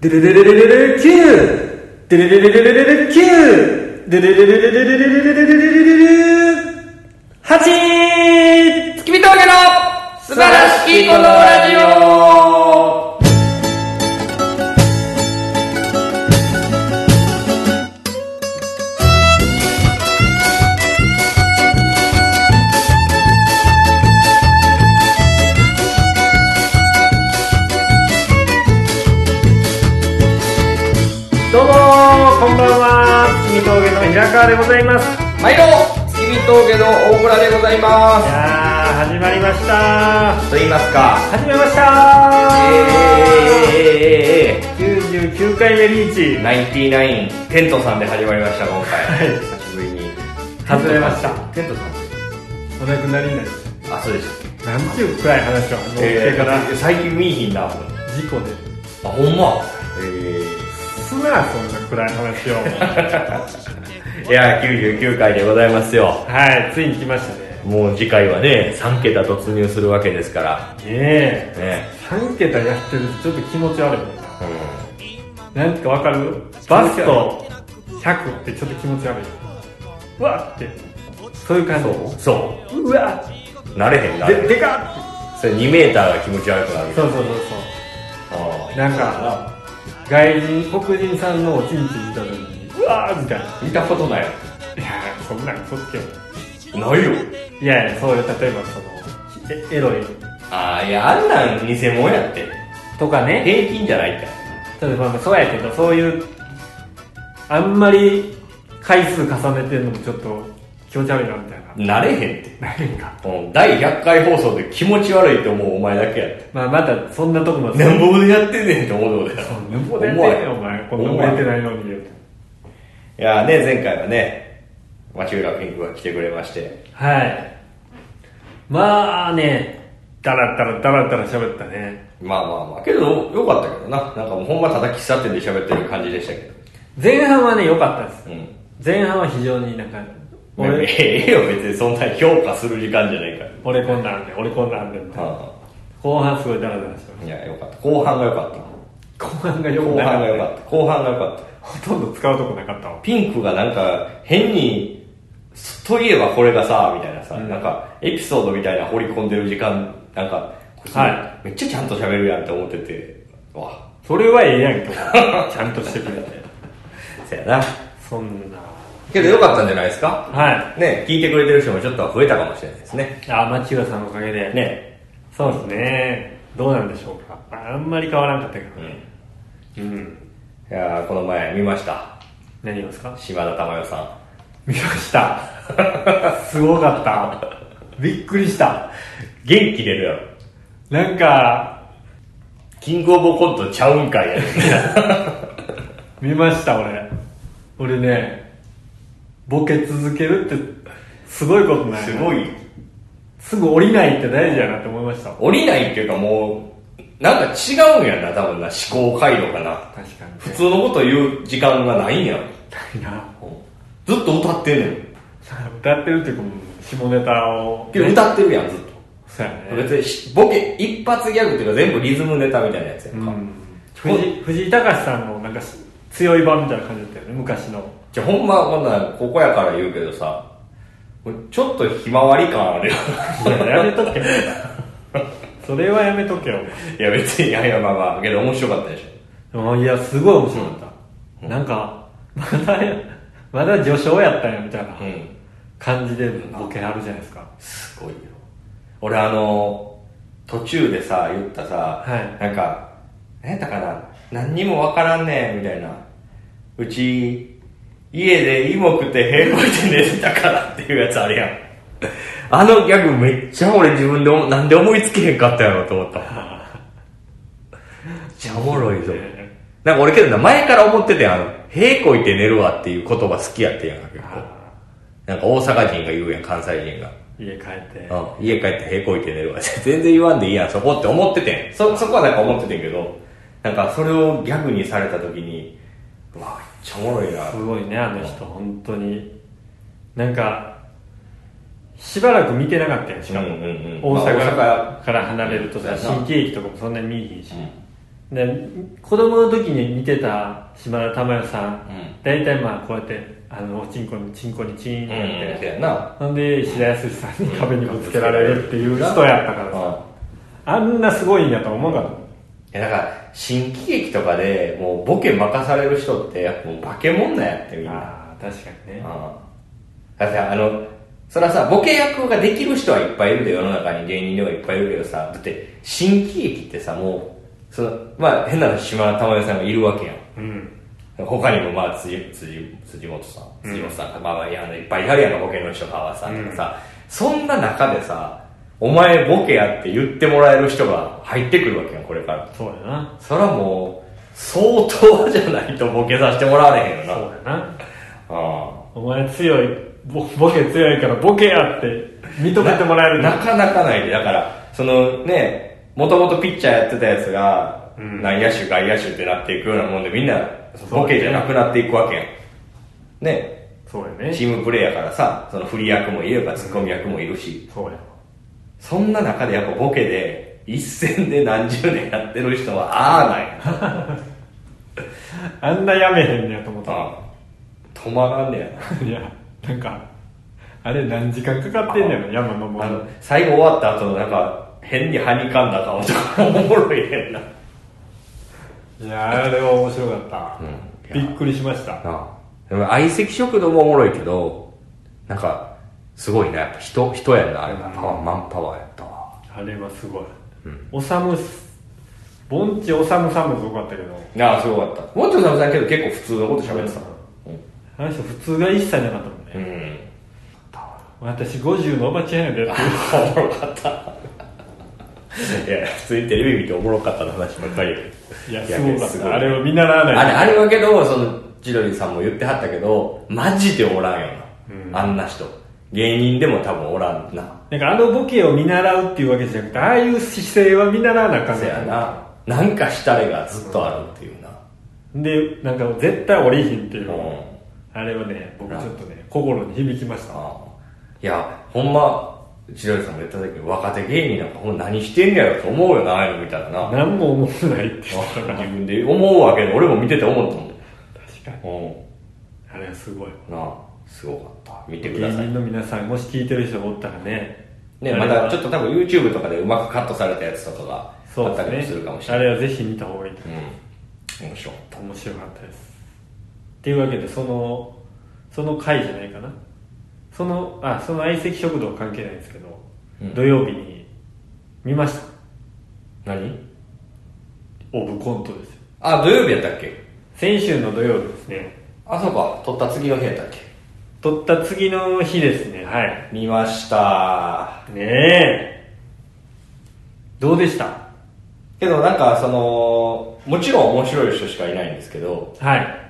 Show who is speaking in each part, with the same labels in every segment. Speaker 1: デレレレレレレキューデレレレレレレレキューデレレレレレレレレレレレレレレ八
Speaker 2: 月見峠の素晴らしきこのラジオ
Speaker 1: どうもこんばんは月見峠の平川でございますい
Speaker 2: 毎度月見峠の大村でございま
Speaker 1: やー始まりました
Speaker 2: すと言いますか
Speaker 1: 始めました
Speaker 2: えー、
Speaker 1: 99回目リーチ
Speaker 2: ナインティナインテントさんで始まりました今回、
Speaker 1: はい
Speaker 2: 久しぶりに
Speaker 1: 外れました
Speaker 2: テントさん
Speaker 1: お亡くなりになりまし
Speaker 2: あそうでした
Speaker 1: たなんていう暗い話を持ってから
Speaker 2: えー最近見いひんなあほ
Speaker 1: 事故で
Speaker 2: んまえ
Speaker 1: すなそんな暗い話 を
Speaker 2: ー、いや99回でございますよ
Speaker 1: はいついに来ましたね
Speaker 2: もう次回はね3桁突入するわけですから
Speaker 1: ねえ
Speaker 2: ね
Speaker 1: 3桁やってるとちょっと気持ち悪いもんな
Speaker 2: うん
Speaker 1: なんかわかるバスト100ってちょっと気持ち悪いうわってそういう感じ
Speaker 2: そう
Speaker 1: わ
Speaker 2: うなれへんな
Speaker 1: ででか
Speaker 2: それ2メーターが気持ち悪くなる
Speaker 1: っそうそうそう
Speaker 2: あ
Speaker 1: そうなんか外人黒人さんのおちんちん見た時にうわーみたいな
Speaker 2: あ見たことない
Speaker 1: いやーそんなんそっけよ
Speaker 2: ないよ
Speaker 1: いやいやそういう例えばそのえエロい
Speaker 2: ああいやあんなん偽物やって
Speaker 1: とかね
Speaker 2: 平均じゃないか
Speaker 1: ちょっとまあまあそうやけどそういうあんまり回数重ねてんのもちょっと気持ち悪いなみたいな
Speaker 2: なれへんって
Speaker 1: 何か
Speaker 2: うん第100回放送で気持ち悪いと思うお前だけやって
Speaker 1: まあまだそんなとこまで
Speaker 2: なんぼでやってんねんって思うとこだよ
Speaker 1: なんぼでやってんねんお前こんな燃えてないのに
Speaker 2: いやーね前回はね町浦ピンクが来てくれまして
Speaker 1: はいまあねダラダラダラダラ喋ったね
Speaker 2: まあまあまあけどよかったけどななんかもうほんまただ喫茶店で喋ってる感じでしたけど
Speaker 1: 前半はね良かったです
Speaker 2: うん
Speaker 1: 前半は非常になんか
Speaker 2: 俺
Speaker 1: 俺
Speaker 2: ええよ別にそんな評価する時間じゃないから
Speaker 1: 俺こんなんで俺こんなんでみたいな
Speaker 2: あ
Speaker 1: 後半すごいダラダラしてま
Speaker 2: あいやよかった後半がよかった
Speaker 1: 後半が良く
Speaker 2: 後
Speaker 1: な
Speaker 2: 半が
Speaker 1: い
Speaker 2: 良かった後半が良かった
Speaker 1: ほとんど使うとこなかったわ
Speaker 2: ピンクがなんか変にといえばこれがさみたいなさ、なんかエピソードみたいな掘り込んでる時間なんかこいつ
Speaker 1: は
Speaker 2: めっちゃちゃんと喋るやんって思っててわ
Speaker 1: それはええやん けちゃんとしてくれて
Speaker 2: そやな
Speaker 1: そんな
Speaker 2: けどよかったんじゃないですか
Speaker 1: は
Speaker 2: ね聞いてくれてる人もちょっとは増えたかもしれないですね
Speaker 1: いあ町浦さんのおかげで
Speaker 2: ね
Speaker 1: そうですねどうなんでしょうかあんまり変わらんかったけど
Speaker 2: う
Speaker 1: ね
Speaker 2: ん
Speaker 1: うん、
Speaker 2: いやーこの前見ました
Speaker 1: 何をですか
Speaker 2: 島田珠代さん
Speaker 1: 見ました すごかったびっくりした
Speaker 2: 元気出るやろ
Speaker 1: なんか
Speaker 2: キングオブコントちゃうんかいや
Speaker 1: 見ました俺俺ねボケ続けるってすごいこと ない
Speaker 2: すごい
Speaker 1: すぐ降りないって大事やなって思いました
Speaker 2: 降りないっていうかもうなんか違うんやな多分な思考回路かな
Speaker 1: 確か
Speaker 2: 普通のこと言う時間がないんや
Speaker 1: にないな
Speaker 2: ずっと歌ってんねん
Speaker 1: 歌ってるっていうかもう下ネタを
Speaker 2: けど歌ってるやんずっ
Speaker 1: そうや
Speaker 2: と
Speaker 1: ね
Speaker 2: 別にしボケ一発ギャグっていうか全部リズムネタみたいなやつやんか、
Speaker 1: 藤井藤井隆さんのなんかし強い版みたいな感じだったよね昔 の
Speaker 2: じゃほんまこんなんここやから言うけどさちょっとひまわり感あるよ
Speaker 1: やめとけそれはやめとけよ
Speaker 2: いや別にいやいやまあまあけど面白かったでし
Speaker 1: あいやすごい面白かった、なんかまだまだ序章やったんやみたいな
Speaker 2: ょうん
Speaker 1: 感じでボケあるじゃないですか、
Speaker 2: すごいよ俺あの途中でさ言ったさ、
Speaker 1: はい
Speaker 2: なんか何やったかな何にもわからんねんみたいなうち家で芋食って平こいて寝てたからっていうやつあるやんあのギャグめっちゃ俺自分で思なんで思いつけへんかったやろと思っためっちゃおもろいぞ
Speaker 1: え
Speaker 2: なんか俺けどな前から思っててんあの平こいて寝るわっていう言葉好きやってんやんか結構
Speaker 1: あ
Speaker 2: なんか大阪人が言うやん関西人が
Speaker 1: ー家帰って
Speaker 2: うん、家帰ってへこいて寝るわ 全然言わんでいいやんそこって思っててんそそこはなんか思っててんけどなんかそれをギャグにされた時にうわめっちゃおもろいな
Speaker 1: すごいねあの人本当になんかしばらく見てなかったやんしかも、
Speaker 2: うんうんうん
Speaker 1: 大
Speaker 2: まあ大
Speaker 1: 阪から離れると
Speaker 2: そう
Speaker 1: さ
Speaker 2: やな
Speaker 1: 新喜劇とかもそんなに見えへんし、
Speaker 2: うん
Speaker 1: で子供の時に見てた島田珠代さん、
Speaker 2: うん
Speaker 1: 大体まあこうやってあのおちんこにちんこにチーンっ
Speaker 2: う
Speaker 1: て
Speaker 2: ん
Speaker 1: やっ
Speaker 2: せ
Speaker 1: て、
Speaker 2: やな
Speaker 1: なんで石田康さんに壁にぶつけられるっていう人やったからさ、
Speaker 2: うん
Speaker 1: あんなすごいんやとは思うかった
Speaker 2: いやだから新喜劇とかでもうボケ任される人ってやっぱもう化け物なんやってみんな
Speaker 1: ああ確かに
Speaker 2: う
Speaker 1: ね
Speaker 2: んだってあのそれはさボケ役ができる人はいっぱいいるで世の中に芸人ではいっぱいいるけどさだって新喜劇ってさもうそのまあ変な話島田珠代さんがいるわけやん
Speaker 1: うん
Speaker 2: 他にもまあ辻辻辻元さん辻元さん、まあまあいやいっぱいいはるやんかボケの人川さんとかさ、そんな中でさお前ボケやって言ってもらえる人が入ってくるわけやんこれから
Speaker 1: そうやな
Speaker 2: それはもう相当じゃないとボケさせてもらわれへんよ
Speaker 1: そ
Speaker 2: な
Speaker 1: うやな
Speaker 2: あ
Speaker 1: お前強いボボケ強いからボケやって認めてもらえる
Speaker 2: なかなかないでだからそのねもともとピッチャーやってたやつが、
Speaker 1: うん
Speaker 2: 内野手外野手ってなっていくようなもんでみんな
Speaker 1: そうだね
Speaker 2: ボケじゃなくなっていくわけやんね
Speaker 1: そうやね
Speaker 2: チームプレーやからさその振り役もいればツッコミ役もいるし
Speaker 1: そうや
Speaker 2: そんな中でやっぱボケで一戦で何十年やってる人はああない
Speaker 1: あんなやめへんねやと思った
Speaker 2: あ止まらんねやない
Speaker 1: やなんかあれ何時間かかってんねやろ山登
Speaker 2: あ
Speaker 1: るの
Speaker 2: の、最後終わった後のなんか、変にはにかんだ顔とか、おもろいねんな。
Speaker 1: いやあれは面白か
Speaker 2: うん
Speaker 1: っ
Speaker 2: い
Speaker 1: た、
Speaker 2: や
Speaker 1: びっくりしました
Speaker 2: でも、相席食堂もおもろいけど、なんか、すごいな、やっぱ人、人やんな、あれは。パワー、マンパワーやったわ。
Speaker 1: あれはすごい、おさむ盆地おさむさんもすごかったけど
Speaker 2: ああ、すごかった。もうちょっとさんけど結構普通のこと喋ってた。
Speaker 1: あの人普通が一切なかったもんね、
Speaker 2: うん。
Speaker 1: 私50のおばちゃんやでって
Speaker 2: おもろかった。いや、普通にテレビ見ておもろかったの話ばっかりやけど
Speaker 1: いやすごかった
Speaker 2: い
Speaker 1: あれを見習わない
Speaker 2: あれ、あれはけど、その、千鳥さんも言ってはったけど、マジでおらんよな。あんな人。芸人でも多分おらんな。
Speaker 1: なんかあのボケを見習うっていうわけじゃなくてああいう姿勢は見習わなあかん
Speaker 2: せ
Speaker 1: ね
Speaker 2: やな。なんかしたれがずっとあるっていうな。
Speaker 1: でなんか絶対折りひんっていう、
Speaker 2: うん
Speaker 1: あれはね僕ちょっとね心に響きました
Speaker 2: あいや、ほんま、千鳥さんも言った時若手芸人なんかほんま何してんねやろと思うよな、ああいうの見たら な。
Speaker 1: 何も思ってないって言った
Speaker 2: 自
Speaker 1: から確
Speaker 2: 分で思うわけで、俺も見てて思ったもん。
Speaker 1: かにあれはすごい
Speaker 2: うん。なあ、すごかった。見て
Speaker 1: 芸
Speaker 2: ください
Speaker 1: 人。の皆さんもし聞いてる人がおったらね
Speaker 2: ね、
Speaker 1: あれ
Speaker 2: ま
Speaker 1: は
Speaker 2: たちょっと多分 YouTube とかでうまくカットされたやつとかが
Speaker 1: そ
Speaker 2: あ
Speaker 1: う
Speaker 2: ったりも
Speaker 1: です
Speaker 2: るかもし
Speaker 1: す
Speaker 2: れ
Speaker 1: ねあ
Speaker 2: な
Speaker 1: れ
Speaker 2: い。
Speaker 1: はぜひ見た方がいいと
Speaker 2: うん。面白い。
Speaker 1: 面白かったですっていうわけでそのその回じゃないかなそのあその相席食堂関係ないですけど、
Speaker 2: うん
Speaker 1: 土曜日に見ました
Speaker 2: 何
Speaker 1: オブコントですよ
Speaker 2: あ、土曜日やったっけ
Speaker 1: 先週の土曜日ですね
Speaker 2: あ、そうか。撮った次の日やったっけ
Speaker 1: 撮った次の日ですねはい
Speaker 2: 見ました。
Speaker 1: ねえどうでした
Speaker 2: けどなんかその、もちろん面白い人しかいないんですけど、
Speaker 1: はい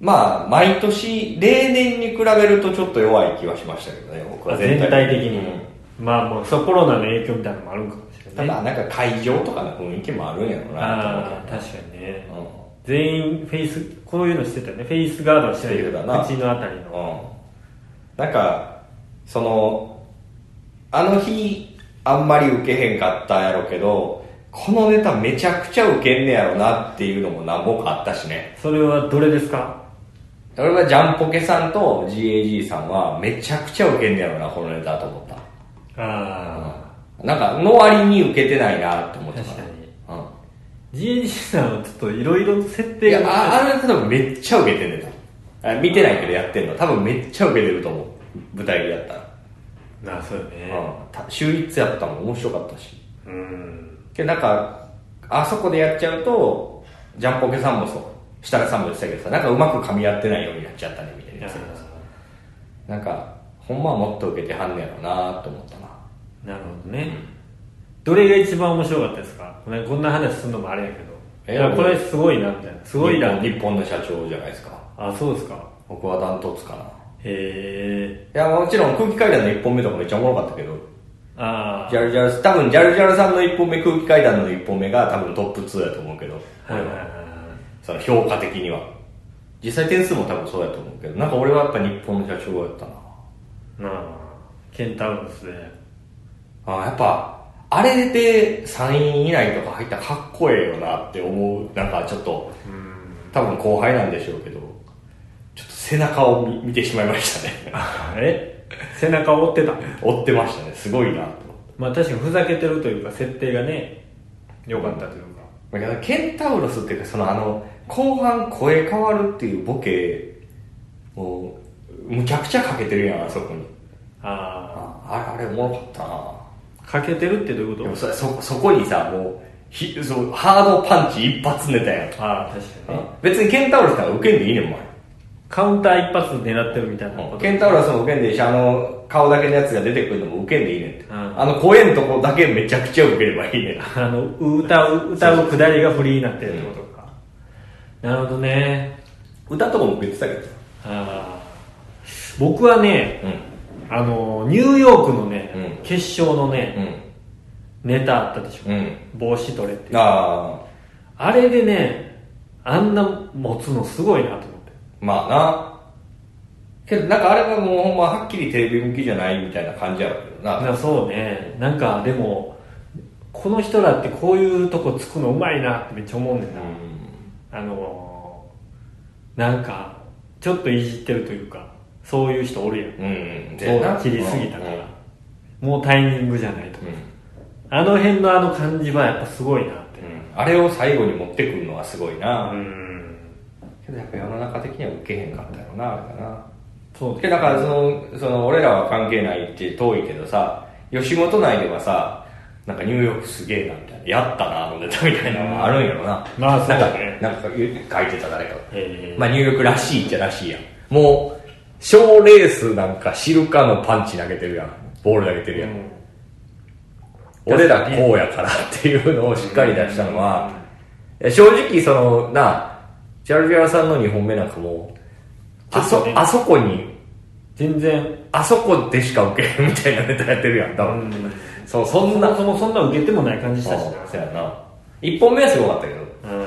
Speaker 2: まあ、毎年、例年に比べるとちょっと弱い気はしましたけどね、僕は
Speaker 1: 全体的に、
Speaker 2: うん
Speaker 1: まあもうそうコロナの影響みたいなのもあるんかもしれな
Speaker 2: た
Speaker 1: い
Speaker 2: だ、なんか会場とかの雰囲気もあるんやろう
Speaker 1: あ
Speaker 2: な
Speaker 1: あ
Speaker 2: と思っ
Speaker 1: 確かにね
Speaker 2: て。、うん
Speaker 1: 全員フェイスこういうのしてたよねフェイスガードしてた
Speaker 2: して
Speaker 1: よ
Speaker 2: たな
Speaker 1: 口のあたりの
Speaker 2: うん、なんかそのあの日あんまり受けへんかったやろけどこのネタめちゃくちゃ受けんねやろなっていうのも何本かあったしね
Speaker 1: それはどれですか
Speaker 2: 俺はジャンポケさんと GAG さんはめちゃくちゃ受けんねやろなこのネタと思った、
Speaker 1: ああ
Speaker 2: なんかの割に受けてないなって思ってた
Speaker 1: 確か
Speaker 2: に、うん
Speaker 1: GAG さんはちょっといろいろ設
Speaker 2: い
Speaker 1: 定
Speaker 2: や
Speaker 1: が
Speaker 2: ああれ多分めっちゃ受けてんねんなあ見てないけどやってんの多分めっちゃ受けてると思う舞台でやったら、
Speaker 1: なあそうよね
Speaker 2: うんた秀逸やったもん面白かったし
Speaker 1: うん
Speaker 2: けどなんかあそこでやっちゃうとジャンポケさんもそう設楽さんも言ってたけどさなんかうまく噛み合ってないようになっちゃったねみた
Speaker 1: い
Speaker 2: いな
Speaker 1: や
Speaker 2: やつなんかほんまはもっと受けてはんねやろなと思ったな
Speaker 1: なるほどね、どれが一番面白かったですかこんなこんな話するのもあれやけど
Speaker 2: え
Speaker 1: いやこれすごいなみたいなすごいな
Speaker 2: 日本日本の社長じゃないですか
Speaker 1: あそうですか
Speaker 2: 僕はダントツかな
Speaker 1: へえ
Speaker 2: いやもちろん空気階段の1本目とかめっちゃおもろかったけど
Speaker 1: あ
Speaker 2: ジャルジャル多分ジャルジャルさんの1本目空気階段の1本目が多分トップ2やと思うけど
Speaker 1: あはいはいは
Speaker 2: その評価的には実際点数も多分そうやと思うけどなんか俺はやっぱ日本の社長やったない
Speaker 1: なあケンタウロスで
Speaker 2: あやっぱあれで3位以内とか入ったらかっこええよなって思う、なんかちょっと、多分後輩なんでしょうけど、ちょっと背中を見見てしまいましたね。
Speaker 1: え背中を追ってた
Speaker 2: 追ってましたね、すごいなと思って。
Speaker 1: まあ確かにふざけてるというか設定がね良かったというか
Speaker 2: だからケンタウロスっていうかそのあの後半声変わるっていうボケもうむちゃくちゃかけてるやんあそこに
Speaker 1: あ
Speaker 2: ああれあれおもろかったな
Speaker 1: あかけてるってどういうこ
Speaker 2: で
Speaker 1: と
Speaker 2: もそそそこにさもうひそうハードパンチ一発ネタやん
Speaker 1: ああ確かにね
Speaker 2: 別にケンタウロスなんか受けんでいいねんお前
Speaker 1: カウンター一発狙ってるみたいなこと
Speaker 2: ケンタウロスも受けんでいいしあの顔だけのやつが出てくるのも受けんでいいねんって、
Speaker 1: うん
Speaker 2: あの声のとこだけめちゃくちゃ受ければいいねん
Speaker 1: あの歌う歌うくだりがフリーになってるってことかなるほどね
Speaker 2: 歌とかも受けてたけど
Speaker 1: あー僕はね
Speaker 2: うん
Speaker 1: あのニューヨークのね、
Speaker 2: うん
Speaker 1: 決勝のね、
Speaker 2: う
Speaker 1: ネタあったでしょ、
Speaker 2: んうん
Speaker 1: 帽子取れって
Speaker 2: ああ
Speaker 1: あれでねあんな持つのすごいなと思って
Speaker 2: まあな。けどなんかあれはもうほんまはっきりテレビ向きじゃないみたいな感じやろうけど
Speaker 1: だか
Speaker 2: な。
Speaker 1: らそうねなんかでもこの人らってこういうとこつくのうまいなってめっちゃ思うねん
Speaker 2: う
Speaker 1: な、あ
Speaker 2: ん。
Speaker 1: のーなんかちょっといじってるというかそういう人おるやん
Speaker 2: うん。
Speaker 1: こう切りすぎたから、もうタイミングじゃないと
Speaker 2: うん。うん
Speaker 1: あの辺のあの感じはやっぱすごいなって
Speaker 2: うんあれを最後に持ってくるのはすごいな。
Speaker 1: ん
Speaker 2: けどやっぱ世の中的には受けへんかったよな、あれかな。
Speaker 1: そう
Speaker 2: けどだからその、その俺らは関係ないって遠いけどさ、吉本内ではさ、なんかニューヨークすげえなみたいな、やったな、あのネタみたいなのがあるんやろな。
Speaker 1: まあそうだね
Speaker 2: なんか、なんか書いてた誰かが。
Speaker 1: えー
Speaker 2: まあ、ニューヨークらしいっちゃらしいやん。もう、賞レースなんか知るかのパンチ投げてるやん。ボール投げてるやん。
Speaker 1: うん
Speaker 2: 俺らこうやからっていうのをしっかり出したのは、いや正直その、なあ、チャルビアさんの2本目なんかもう、あ
Speaker 1: ちょっ
Speaker 2: そ
Speaker 1: とね、
Speaker 2: あそこに、
Speaker 1: 全然
Speaker 2: あそこでしか受けへんみたいなネタやってるやん、多
Speaker 1: う
Speaker 2: 分。
Speaker 1: ん
Speaker 2: そう、そ
Speaker 1: そ
Speaker 2: ん
Speaker 1: ん
Speaker 2: な、
Speaker 1: なそもそんな受けてもない感じしたし
Speaker 2: うんそうやな。1本目はすごかったけど、
Speaker 1: なうん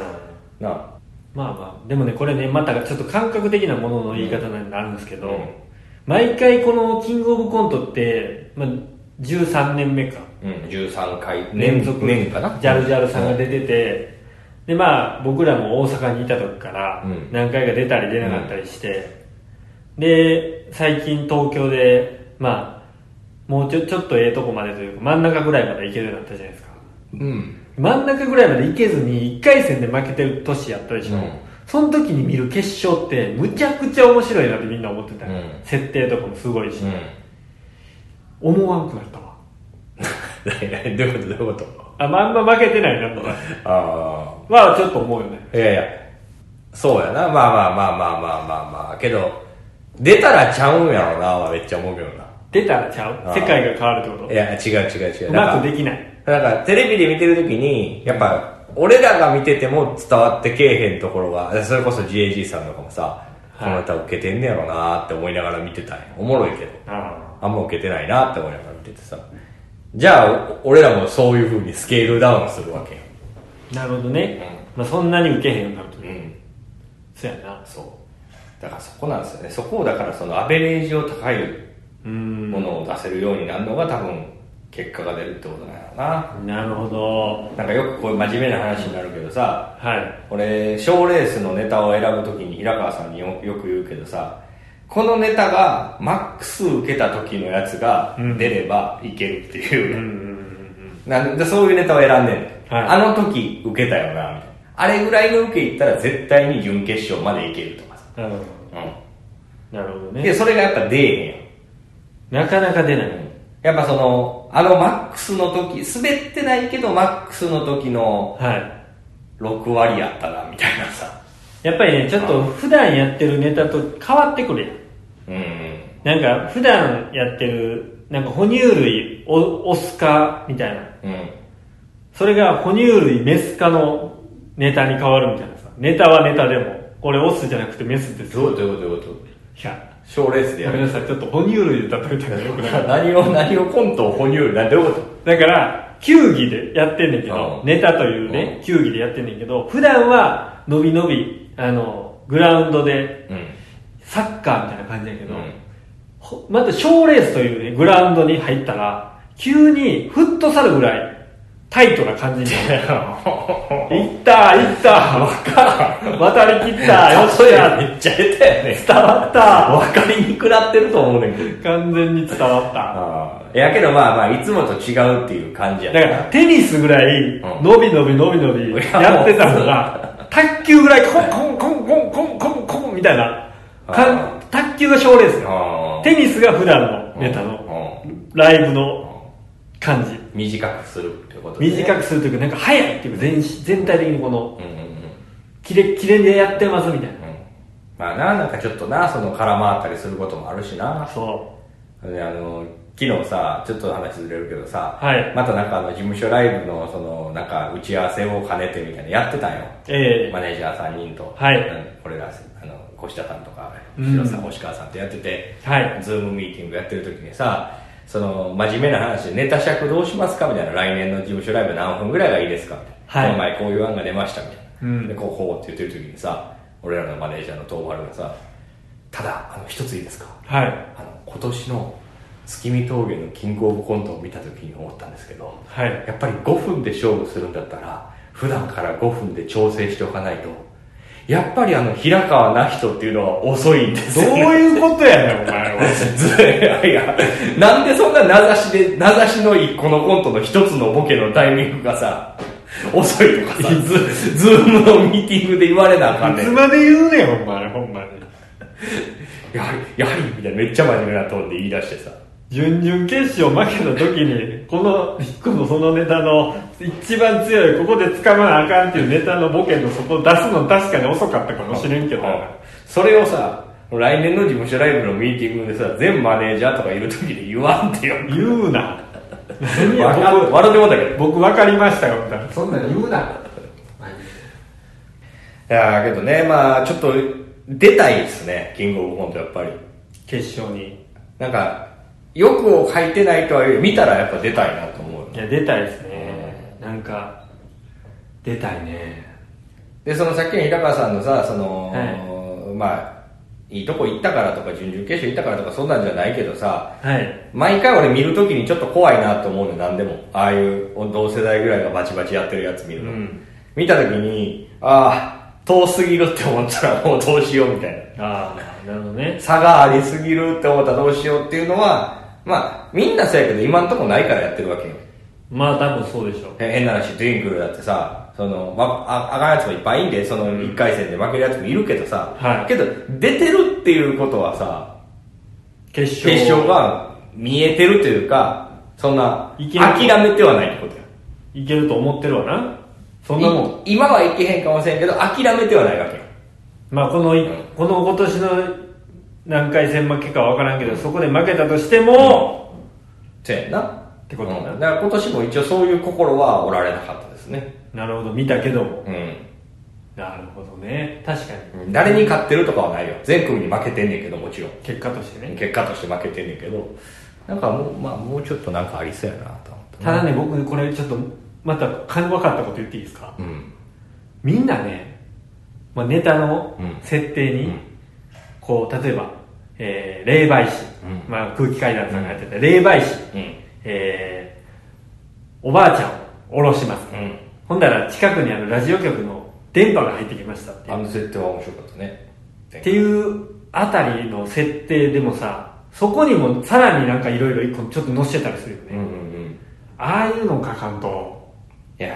Speaker 2: なあ、
Speaker 1: まあまあでもねこれねまたちょっと感覚的なものの言い方になるんですけど、
Speaker 2: うん
Speaker 1: 毎回このキングオブコントって、まあ、13年目か
Speaker 2: うん、13回、
Speaker 1: 連続
Speaker 2: 年かな。
Speaker 1: ジャルジャルさんが出てて、でまあ僕らも大阪にいた時から
Speaker 2: うん
Speaker 1: 何回か出たり出なかったりして、で最近東京でまあもうちょちょっとええとこまでというか真ん中ぐらいまで行けるようになったじゃないですか
Speaker 2: うん。
Speaker 1: 真ん中ぐらいまで行けずに1回戦で負けてる年やったでしょ、
Speaker 2: うん
Speaker 1: その時に見る決勝ってむちゃくちゃ面白いなってみんな思ってた、
Speaker 2: うん
Speaker 1: 設定とかもすごいし、
Speaker 2: うん。
Speaker 1: 思わんくなったわ
Speaker 2: 何何どういうことどういうこと
Speaker 1: あまああんま負けてないなと か
Speaker 2: あ
Speaker 1: はちょっと思うよね
Speaker 2: あいやいやそうやなまあまあまあまあまあまあまあけど出たらちゃうんやろなはめっちゃ思うけどな
Speaker 1: 出たらちゃ
Speaker 2: あ
Speaker 1: う
Speaker 2: ー
Speaker 1: 世界が変わるってこ
Speaker 2: いや違う違う違
Speaker 1: と
Speaker 2: う
Speaker 1: うまく
Speaker 2: で
Speaker 1: できない
Speaker 2: だからテレビで見てるときにやっぱ俺らが見てても伝わってけえへんところがそれこそ GAG さんとかもさ、
Speaker 1: はい
Speaker 2: この歌受けてんねやろなって思いながら見てたんやおもろいけど
Speaker 1: あ
Speaker 2: あんま受けてないなって思いながら見ててさじゃあお俺らもそういうふうにスケールダウンするわけよ
Speaker 1: ーなるほどね、まあ、そんなに受けへんようになると
Speaker 2: うん
Speaker 1: そうやな
Speaker 2: そうだからそこなんですよねそこをだからそのアベレージを高い
Speaker 1: うん
Speaker 2: ものを出せるようになるのが多分結果が出るってことなんやろな
Speaker 1: なるほど
Speaker 2: なんかよくこういう真面目な話になるけどさ
Speaker 1: はい
Speaker 2: 俺賞レースのネタを選ぶときに平川さんによよく言うけどさこのネタがマックス受けた時のやつが出ればいけるってい
Speaker 1: うん
Speaker 2: う、
Speaker 1: うんうん
Speaker 2: なんでそういうネタを選んでんの、
Speaker 1: はい
Speaker 2: あの時受けたよなみたいなあれぐらいの受けいったら絶対に準決勝までいけるとかさ、
Speaker 1: うんうん
Speaker 2: うん、
Speaker 1: なるほど
Speaker 2: で
Speaker 1: ね
Speaker 2: それがやっぱ出えへんやん
Speaker 1: なかなか出ない
Speaker 2: やっぱそのあのマックスの時滑ってないけどマックスの時の
Speaker 1: はい
Speaker 2: 6割やったなみたいなさ
Speaker 1: やっぱりね、ちょっと普段やってるネタと変わってくる
Speaker 2: うん
Speaker 1: やん。なんか、普段やってる、なんか哺乳類オオスかみたいな。
Speaker 2: うん
Speaker 1: それが哺乳類メスかのネタに変わるみたいなさ。ネタはネタでも、これオスじゃなくてメスです。い
Speaker 2: どういうことどういうこと
Speaker 1: や、
Speaker 2: 賞レースで
Speaker 1: ご
Speaker 2: や
Speaker 1: めん
Speaker 2: る
Speaker 1: なさい、ちょっと哺乳類で例えたらよくない。
Speaker 2: 何を何をコントを哺乳類なんどういうこと
Speaker 1: だから、球技でやってんねんけど、
Speaker 2: うん
Speaker 1: ネタというね
Speaker 2: う、ん
Speaker 1: 球技でやってんねんけど、普段は、のびのび、あの、グラウンドで、
Speaker 2: うん
Speaker 1: サッカーみたいな感じやけど、
Speaker 2: うん
Speaker 1: ほまた賞レースというね、グラウンドに入ったら、急にフットサルぐらいタイトな感じになるいったーいったー渡り切ったよっしゃ
Speaker 2: めっちゃ下手やね
Speaker 1: 伝わった
Speaker 2: 分かりにくなってると思うねんけど
Speaker 1: 完全に伝わった
Speaker 2: ああいやけどまあまあいつもと違うっていう感じや
Speaker 1: だからテニスぐらい
Speaker 2: うん
Speaker 1: 伸び伸び伸び伸びやってたのが卓球ぐらいコンコンコンコンコンコンコンみたいなか
Speaker 2: あ
Speaker 1: 卓球が賞レースよ
Speaker 2: ああ
Speaker 1: テニスが普段のネタの
Speaker 2: うんうん
Speaker 1: ライブの感じ
Speaker 2: 短くするってことね
Speaker 1: 短くするというかなんか早いっていうか全身全体的にこの
Speaker 2: うんうんうん
Speaker 1: キレッキレでやってますみたい
Speaker 2: うんまあななんかちょっとなその空回ったりすることもあるし
Speaker 1: な
Speaker 2: な
Speaker 1: そ
Speaker 2: であの昨日さちょっと話ずれるけどさ、
Speaker 1: はい
Speaker 2: またなんかあの事務所ライブのそのなんか打ち合わせを兼ねてみたいなのやってたんよ
Speaker 1: うええ
Speaker 2: マネージャー3人と、
Speaker 1: はい
Speaker 2: うんこれらあの越田さんとか
Speaker 1: うん
Speaker 2: 白さん、星川さんとやってて、
Speaker 1: はい
Speaker 2: ズームミーティングやってる時にさその真面目な話でネタ尺どうしますかみたいな来年の事務所ライブ何分ぐらいがいいですかみたいな、
Speaker 1: はい
Speaker 2: この前こういう案が出ましたみたいな、
Speaker 1: うん
Speaker 2: でこうほうって言ってる時にさ俺らのマネージャーの東原がさただあの一ついいですか
Speaker 1: はい
Speaker 2: あの今年の月見峠のキングオブコントを見た時に思ったんですけど
Speaker 1: はい
Speaker 2: やっぱり5分で勝負するんだったら、普段から5分で調整しておかないと、やっぱりあの、平川な人っていうのは遅いんです
Speaker 1: どう
Speaker 2: よ、ね。
Speaker 1: いうことやねんお前は
Speaker 2: ずいや いや、なんでそんな名指しで、名指しの一個のコントの一つのボケのタイミングがさ、遅いとかさ、ズズームのミーティングで言われなあかんね
Speaker 1: い
Speaker 2: ん
Speaker 1: つ。まで言うねんお前ほんまに
Speaker 2: やはり、やはり、みたいな、めっちゃ真面目なトーンで言い出してさ。
Speaker 1: 準々決勝負けた時にこのこのそのネタの一番強いここで掴まなあかんっていうネタのボケのそこ出すの確かに遅かったかもしれんけど
Speaker 2: それをさ、来年の事務所ライブのミーティングでさ、全マネージャーとかいる時で言わんってよ。
Speaker 1: 言うな何や
Speaker 2: 笑う笑ってもんだけど。
Speaker 1: 僕僕分かりましたよみたいな
Speaker 2: そんなの言うな。いやーけどね、まあちょっと出たいですね、キングオブコントやっぱり。
Speaker 1: 決勝に
Speaker 2: なんか、欲を書いてないとは言う見たらやっぱ出たいなと思う
Speaker 1: い
Speaker 2: よ
Speaker 1: や出たいですねなんか出たいね
Speaker 2: で、そのさっきの平川さんのさ、その、
Speaker 1: は
Speaker 2: まあ、いいとこ行ったからとか、準々決勝行ったからとか、そんなんじゃないけどさ、
Speaker 1: はい
Speaker 2: 毎回俺見るときにちょっと怖いなと思うの、なんでも。ああいう同世代ぐらいがバチバチやってるやつ見るの。
Speaker 1: うん
Speaker 2: 見たときに、ああ、遠すぎるって思ったらもうどうしようみたいな。
Speaker 1: ああなるほどね
Speaker 2: 差がありすぎるって思ったらどうしようっていうのは、まあ、みんなそうやけど今んとこないからやってるわけよ。
Speaker 1: まあ多分そうでしょう
Speaker 2: へ変な話、ドゥインクルだってさ、その、まあ、あかんやつもいっぱいいんで、その1回戦で負けるやつもいるけどさ、
Speaker 1: はい
Speaker 2: けど、出てるっていうことはさ、
Speaker 1: 決
Speaker 2: 決
Speaker 1: 勝
Speaker 2: 勝が見えてるというか、そんな、
Speaker 1: いける
Speaker 2: 諦めてはないってことや。
Speaker 1: いけると思ってるわなそんなもん
Speaker 2: い今はいけへんかもしれんけど、諦めてはないわけよ。
Speaker 1: まあこのい
Speaker 2: うん
Speaker 1: この今年の何回戦負けかは分からんけどそこで負けたとしても
Speaker 2: そうやんな。
Speaker 1: てこと
Speaker 2: うんだから今年も一応そういう心はおられなかったですね。
Speaker 1: なるほど見たけども
Speaker 2: うん。
Speaker 1: なるほどね確かに
Speaker 2: 誰に勝ってるとかはないよ全組に負けてんねんけどもちろん
Speaker 1: 結果としてね
Speaker 2: 結果として負けてんねんけどなんかもう,、まあ、もうちょっとなんかありそうやなと思って
Speaker 1: ただね僕これちょっとまたか分かったこと言っていいですか
Speaker 2: うん
Speaker 1: みんなね、まあ、ネタの
Speaker 2: うん
Speaker 1: 設定に、
Speaker 2: うん
Speaker 1: こう例えば、えー霊媒師、
Speaker 2: うん
Speaker 1: まあ、空気階段さんがやってた霊媒師、
Speaker 2: うん
Speaker 1: えーおばあちゃんを降ろします、
Speaker 2: うん
Speaker 1: ほんだら近くにあるラジオ局の電波が入ってきましたっていう
Speaker 2: あの設定は面白かったね
Speaker 1: っていうあたりの設定でもさそこにもさらになんかいろいろ一個ちょっと載せてたりするよ
Speaker 2: う
Speaker 1: ね、
Speaker 2: んうんうん
Speaker 1: ああいうの書かんと
Speaker 2: いや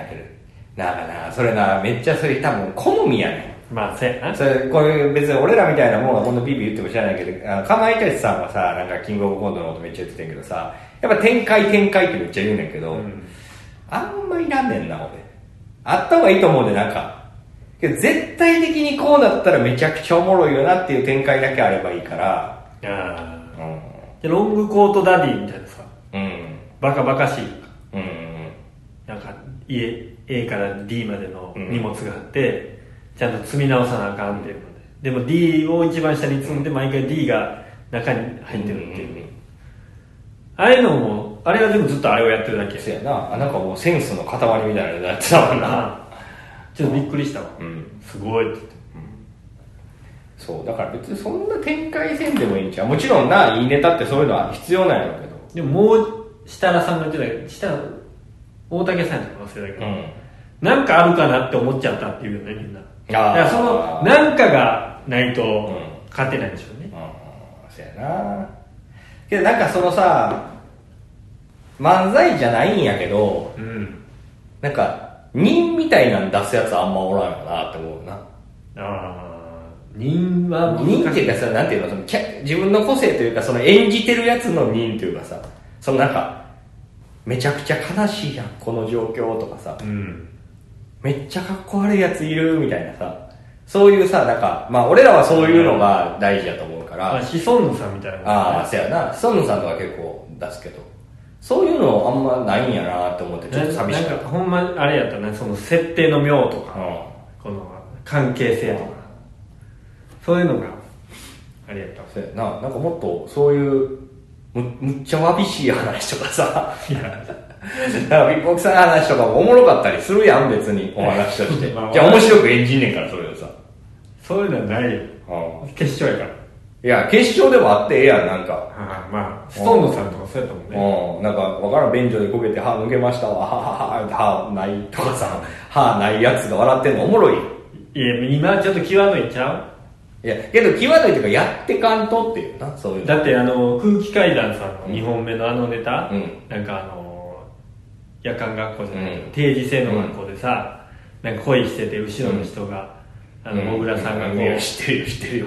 Speaker 2: なんかなそれなめっちゃそれ多分好みやねん
Speaker 1: まあせやな
Speaker 2: それこういう別に俺らみたいなもんはこんなビビ言っても知らないけどあのかまいたちさんはさなんかキングオブコントのことめっちゃ言ってたんやけどさやっぱ展開展開ってめっちゃ言うねんけど、
Speaker 1: うん
Speaker 2: あんまいらんねんな俺あった方がいいと思うでなんかけど絶対的にこうなったらめちゃくちゃおもろいよなっていう展開だけあればいいから
Speaker 1: あ
Speaker 2: う
Speaker 1: ー
Speaker 2: ん
Speaker 1: でロングコートダディみたいなさ
Speaker 2: うん
Speaker 1: バカバカしい
Speaker 2: うんうん
Speaker 1: なんか家 A から D までの
Speaker 2: うん
Speaker 1: 荷物があって、ちゃんと積み直さなあかんっていうのででも D を一番下に積んで毎回 D が中に入ってるっていう、
Speaker 2: うんうんうん
Speaker 1: ああいうのもあれはでもずっとあれをやってるだけ
Speaker 2: そうやなあなんかもうセンスの塊みたいなのやってたもんな
Speaker 1: あちょっとびっくりしたわ、
Speaker 2: うん
Speaker 1: すごいって言って
Speaker 2: そうだから別にそんな展開せんでもいいんちゃうもちろんないいネタってそういうのは必要なんやろうけ
Speaker 1: で
Speaker 2: ど
Speaker 1: ももう設楽さんが言ってたけど設楽大竹さんやったか忘れたけ
Speaker 2: う
Speaker 1: ど、
Speaker 2: ん
Speaker 1: なんかあるかなって思っちゃったっていうよねみんな
Speaker 2: あー
Speaker 1: だからそのなんかがないと
Speaker 2: ん
Speaker 1: 勝てないでしょうね、
Speaker 2: うんそやなけどなんかそのさ漫才じゃないんやけど
Speaker 1: うん、
Speaker 2: なんか人みたいなん出すやつあんまおらんよなって思うな
Speaker 1: ああ人は難しい
Speaker 2: 人っていうかそのなんていうのそのキャ自分の個性というかその演じてるやつの人というかさそのなんかめちゃくちゃ悲しいやんこの状況とかさ
Speaker 1: うん
Speaker 2: めっちゃかっこ悪いやついるみたいなさそういうさなんかまあ俺らはそういうのが大事やと思うから、
Speaker 1: まあシソンヌさんみたいなもんね
Speaker 2: ああ、せやな。ソンヌさんとか結構出すけど。そういうのあんまないんやなって思って、ちょっと寂しか
Speaker 1: なん
Speaker 2: っ
Speaker 1: かほんまあれやったねその設定の妙と
Speaker 2: た。
Speaker 1: か
Speaker 2: うん。
Speaker 1: この関係性とかそういうのがあれやった
Speaker 2: せやな。なんかもっと、そういう、む、むっちゃわびしい話とかさ。
Speaker 1: い や
Speaker 2: なんか、ビッグボクサーの話とかもおもろかったりするやん、別に。お話として。
Speaker 1: まあ
Speaker 2: じゃあ面白く演じんねんから、それをさ。
Speaker 1: そういうのはないよ
Speaker 2: うん。
Speaker 1: 決勝やから
Speaker 2: いや、決勝でもあってええやん、なんか。
Speaker 1: ああまあシソンヌさんとかそうやったもんね
Speaker 2: うん、なんか、わからん、便所でこけて、歯抜けましたわ、はははは、歯ないとかさ、歯ないやつが笑ってんのおもろいやん
Speaker 1: いや今ちょっと際どいんちゃ
Speaker 2: いや、けど、際どいというか、やってかんとっていうな、そういうう。
Speaker 1: だってあの空気階段さんの
Speaker 2: うん
Speaker 1: 2本目のあのネタ、
Speaker 2: うん
Speaker 1: なんかあの夜間学校じゃないけど、
Speaker 2: うん
Speaker 1: 定時制の学校でさ、なんか恋してて後ろの人が、あの小倉さんがこう、
Speaker 2: いや、知ってるよ、知ってるよ。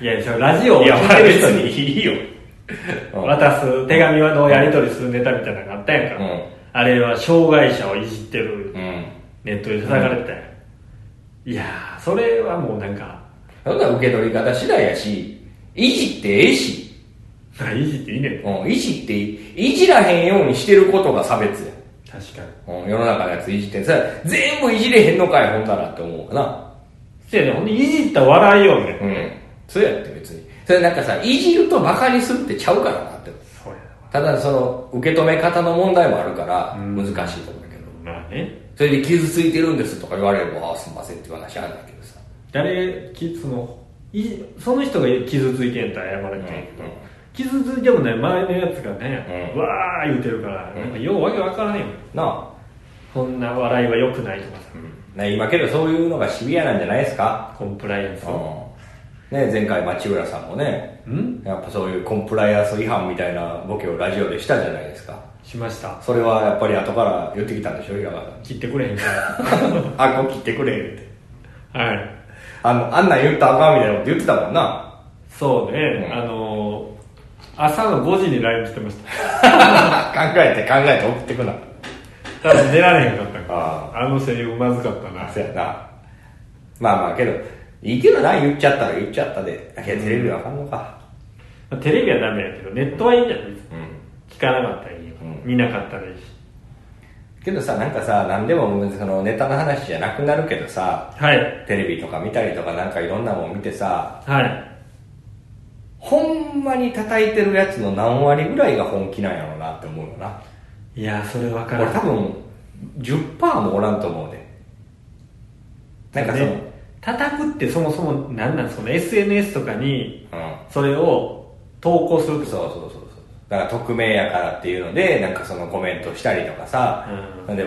Speaker 1: いや、そのラジオを
Speaker 2: いや、
Speaker 1: 聞い
Speaker 2: まあ
Speaker 1: てる
Speaker 2: 別
Speaker 1: 人に
Speaker 2: にいいよ。うん
Speaker 1: 渡す手紙はのやり取りするネタみたいなのがあったやんか。
Speaker 2: うん
Speaker 1: あれは障害者をいじってる
Speaker 2: う、ん。
Speaker 1: ネットで叩かれてたやん。いやー、それはもうなんか、
Speaker 2: そんな受け取り方次第やし、いじってええし、
Speaker 1: まあいじっていいねん。
Speaker 2: うん、いじっていい、いじらへんようにしてることが差別や。
Speaker 1: 確かに。
Speaker 2: うん、世の中のやついじって、それ全部いじれへんのかい、ほんだらって思うかな。
Speaker 1: せやねん、ほんでいじったら笑いようね。
Speaker 2: うん。そうやって別に。それなんかさ、いじると馬鹿にするってちゃうからなって。
Speaker 1: そうや
Speaker 2: ただその、受け止め方の問題もあるから、
Speaker 1: うん
Speaker 2: 難しいと思うんだけど。
Speaker 1: な。まあね。
Speaker 2: それで傷ついてるんですとか言われれば、ああ、すんませんっていう話あるんだけどさ。
Speaker 1: 誰、きその、いその人が傷ついてんと謝られてんけど、
Speaker 2: うんうん
Speaker 1: 傷ついてもない周りのやつがね、
Speaker 2: うん
Speaker 1: わー言うてるから、なんかようわけわからんよ。
Speaker 2: なあ。
Speaker 1: こんな笑いは良くないとかさ。
Speaker 2: ね、今けどそういうのがシビアなんじゃないですか
Speaker 1: コンプライアンス
Speaker 2: うん
Speaker 1: を。。
Speaker 2: ね、前回町浦さんもね、
Speaker 1: ん
Speaker 2: やっぱそういうコンプライアンス違反みたいなボケをラジオでしたじゃないですか。
Speaker 1: しました
Speaker 2: それはやっぱり後から言ってきたんでしょ、平川
Speaker 1: 切ってくれへんか
Speaker 2: さん。あ、こう切ってくれって。
Speaker 1: らはい
Speaker 2: あの、あんなん言ったらあかんみたいなこと言ってたもんな。
Speaker 1: そうね、
Speaker 2: うん
Speaker 1: あのー朝の5時に LINE してまし
Speaker 2: 考えて考えて送ってくな。
Speaker 1: たただ寝られへんかったから
Speaker 2: あ
Speaker 1: あのセリフまずかったな
Speaker 2: あ、そうやな。まあまあけど、いいけどな、言っちゃったら言っちゃったで。いや、テレビはあかんのか。
Speaker 1: まあテレビはダメやけどネットはいいんじゃない
Speaker 2: うん。
Speaker 1: 聞かなかったらいいよ、
Speaker 2: うん
Speaker 1: 見なかったらいいし
Speaker 2: けどさ、なんかさ、何でもそのネタの話じゃなくなるけどさ、
Speaker 1: はい
Speaker 2: テレビとか見たりとかなんかいろんなもん見てさ、
Speaker 1: はい
Speaker 2: ほんまに叩いてるやつの何割ぐらいが本気なんやろうなって思うよな。
Speaker 1: いやーそれ分か
Speaker 2: 俺
Speaker 1: らん
Speaker 2: 多分、10%もおらんと思うで。なんかその、
Speaker 1: ね叩くってそもそも何なんその SNS とかに
Speaker 2: うん。
Speaker 1: それを投稿すると
Speaker 2: そうそうそうそうだから匿名やからっていうのでなんかそのコメントしたりとかさ、
Speaker 1: う
Speaker 2: で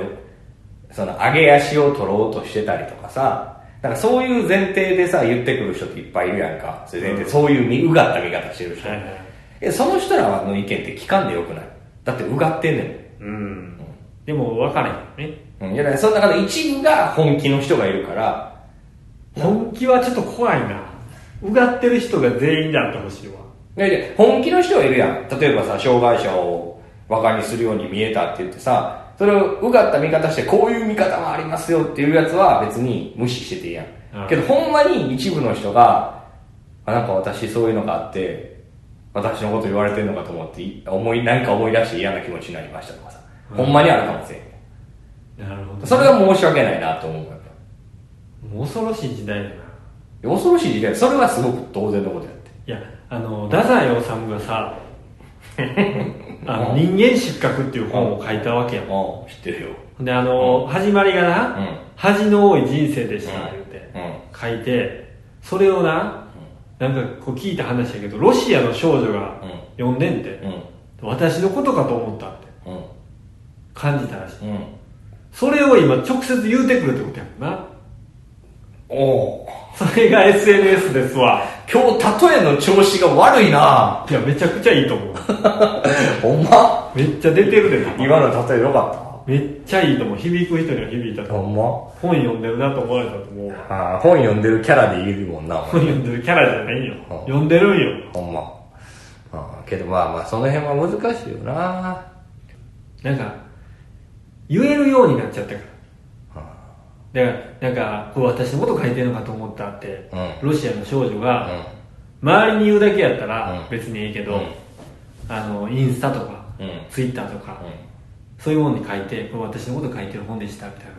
Speaker 2: その上げ足を取ろうとしてたりとかさなんかそういう前提でさ言ってくる人っていっぱいいるやんかそういう前提、
Speaker 1: うん
Speaker 2: そういう見うがった見方してる人、
Speaker 1: はいはい
Speaker 2: えその人らの意見って聞かんでよくないだってうがってんね
Speaker 1: うんでも分からへんよね
Speaker 2: ん、うん、いやだからその中で一部が本気の人がいるから
Speaker 1: 本気はちょっと怖いなうがってる人が全員であってほしいわ
Speaker 2: いやいや本気の人はいるやん例えばさ障害者をバカにするように見えたって言ってさそれをうがった見方してこういう見方もありますよっていうやつは別に無視してていいやん、
Speaker 1: うん
Speaker 2: けどほんまに一部の人があなんか私そういうのがあって私のこと言われてるのかと思ってい思い何か思い出して嫌な気持ちになりましたとかさ、
Speaker 1: うん
Speaker 2: ほんまにあるかもしれん
Speaker 1: なるほど
Speaker 2: それが申し訳ないなと思うわ
Speaker 1: もう恐ろしい時代だない
Speaker 2: や恐ろしい時代それはすごく当然のことやって
Speaker 1: いやあの太宰治がさ あの人間失格っていう本を書いたわけやも
Speaker 2: うん知ってるよ
Speaker 1: んであの、始まりがな、
Speaker 2: うん
Speaker 1: 恥の多い人生でしたって言って、
Speaker 2: うん
Speaker 1: 書いてそれをな、なんかこう聞いた話やけどロシアの少女が
Speaker 2: うん
Speaker 1: 読んでんて、
Speaker 2: うん
Speaker 1: 私のことかと思ったって
Speaker 2: うん
Speaker 1: 感じたらしい
Speaker 2: うん
Speaker 1: それを今直接言うてくるってことやもんな
Speaker 2: おお
Speaker 1: それが SNS ですわ
Speaker 2: 今日例えの調子が悪いない
Speaker 1: やめちゃくちゃいいと思う
Speaker 2: ほんま
Speaker 1: めっちゃ出てるでな
Speaker 2: 今の例えよか
Speaker 1: めっちゃいいと思う響く人には響いた
Speaker 2: っ
Speaker 1: と
Speaker 2: た
Speaker 1: 思う
Speaker 2: ほ
Speaker 1: 本
Speaker 2: んま
Speaker 1: 読んでるなと思われたと思うわ
Speaker 2: あー本読んでるキャラでいるもんなお前
Speaker 1: 本読んでるキャラじゃないよ
Speaker 2: ああ
Speaker 1: 読んでるんよ
Speaker 2: ほんまあーけどまあまあその辺は難しいよな
Speaker 1: なんか言えるようになっちゃったからだからなんかこう私のこと書いてるのかと思ったって、
Speaker 2: う
Speaker 1: ロシアの少女
Speaker 2: う
Speaker 1: が、
Speaker 2: ん
Speaker 1: 周りに言うだけやったら
Speaker 2: うん
Speaker 1: 別にいいけど、
Speaker 2: うん
Speaker 1: あのインスタとか、
Speaker 2: うん
Speaker 1: ツイッターとか、
Speaker 2: うん
Speaker 1: そういうものに書いてこれ私のこと書いてる本でしたみたいな、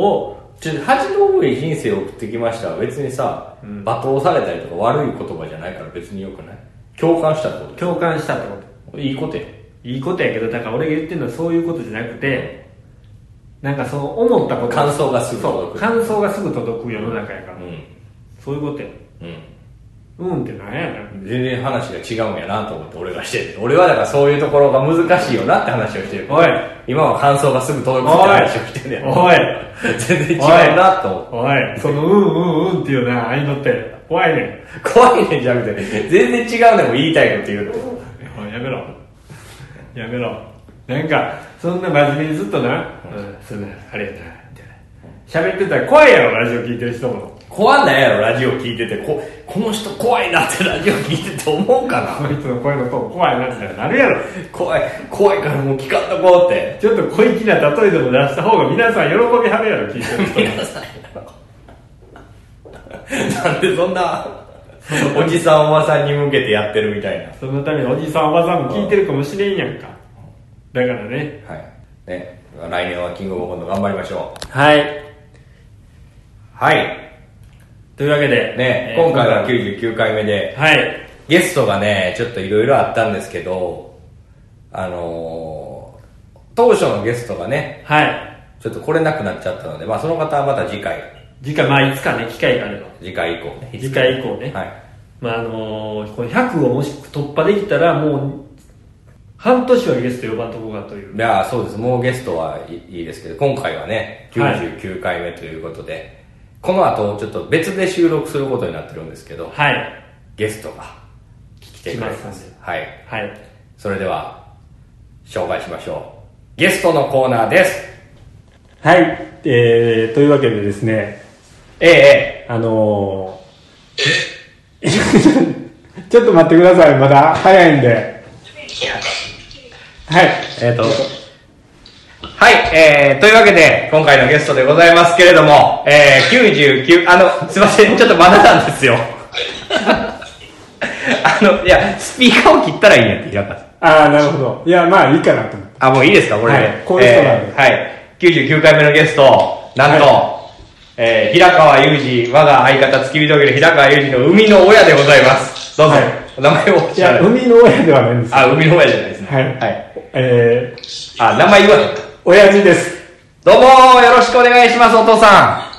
Speaker 1: を
Speaker 2: ちょ恥の多い人生を送ってきましたは別にさ、
Speaker 1: うん
Speaker 2: 罵倒されたりとか悪い言葉じゃないから別によくない共感したってこ
Speaker 1: 共感したってこと
Speaker 2: いいことや
Speaker 1: といいことやけどだから俺が言ってるのはそういうことじゃなくて、なんかその思ったこと
Speaker 2: 感想がすぐ
Speaker 1: そ
Speaker 2: 届
Speaker 1: う
Speaker 2: く
Speaker 1: 感想がすぐ届く世の中やから、
Speaker 2: う
Speaker 1: そういうことや
Speaker 2: んうん
Speaker 1: うんってなんやな
Speaker 2: 全然話が違うんやなと思って俺がしてて俺はだからそういうところが難しいよなって話をしてる
Speaker 1: おい
Speaker 2: 今は感想がすぐ届くって話をしてるやん
Speaker 1: おい
Speaker 2: 全然違うなと思って
Speaker 1: おいそのうんうんうんっていうなあいのって怖いねん
Speaker 2: 怖いねんじゃなくて全然違うねんも言いたいこと言うと
Speaker 1: おいやめろやめろなんかそんな真面目にずっとな、うん、そんなあれやなみたいな喋ってたら怖いやろラジオ聞いてる人も
Speaker 2: 怖ないやろラジオ聞いててここの人怖いなってラジオ聞いてて思うかな
Speaker 1: こいつの声のトーン怖いなみたいになるやろ
Speaker 2: 怖い怖いからもう聞かんとこうって
Speaker 1: ちょっと小粋な例えでも出した方が皆さん喜びはるやろ聞いてる人
Speaker 2: 皆さんやろなんでそんなおじさんおばさんに向けてやってるみたいな
Speaker 1: そのためにおじさんおばさんも聞いてるかもしれんやんかだからね
Speaker 2: はいね来年はキングオブコント頑張りましょう
Speaker 1: はい
Speaker 2: はい
Speaker 1: というわけで
Speaker 2: ね
Speaker 1: えー
Speaker 2: 今回は99回目で
Speaker 1: はい
Speaker 2: ゲストがねちょっといろいろあったんですけどあのー当初のゲストがね
Speaker 1: はい
Speaker 2: ちょっと来れなくなっちゃったので、まあ、その方はまた次回、
Speaker 1: 次回まあいつかね機会があれば
Speaker 2: 次回以降ね。
Speaker 1: 次回以降ね
Speaker 2: はい。
Speaker 1: まああのーこの100をもし突破できたらもう半年はゲスト呼ばんとこがという
Speaker 2: いやーそうです。もうゲストはいいいですけど、今回はね、
Speaker 1: はい
Speaker 2: 99回目ということで、この後ちょっと別で収録することになってるんですけど、
Speaker 1: はい
Speaker 2: ゲストが来てくれま
Speaker 1: 来ますすん。
Speaker 2: はい。
Speaker 1: はい
Speaker 2: それでは、紹介しましょう。ゲストのコーナーです。
Speaker 3: はい、えー、というわけでですね、
Speaker 2: えええ
Speaker 3: あのー、 ちょっと待ってください、まだ早いんで。はい、えっ、ー、と、
Speaker 2: えはい、えー、というわけで、今回のゲストでございますけれども、えー、99、あの、すいません、ちょっとまだなんですよ。 あの、いや、スピーカーを切ったらいいんやって、平川さん。
Speaker 3: あー、なるほど。いや、まあいいかなと思って。
Speaker 2: あ、もういいですか、これで。
Speaker 3: はいこういう人なんで
Speaker 2: えーはい。99回目のゲスト、なんと、えー平川裕二、我が相方月見峠の平川裕二の生みの親でございます。どうぞ、
Speaker 3: はい
Speaker 2: お名前をお聞き
Speaker 3: い
Speaker 2: し
Speaker 3: や、
Speaker 2: ます
Speaker 3: 海の親ではないんです。
Speaker 2: あ、生みの親じゃないですね。
Speaker 3: はい
Speaker 2: はい。
Speaker 3: え
Speaker 2: あ、名前言わなかった
Speaker 3: ー、親父です。
Speaker 2: どうもー、よろしくお願いします、お父さ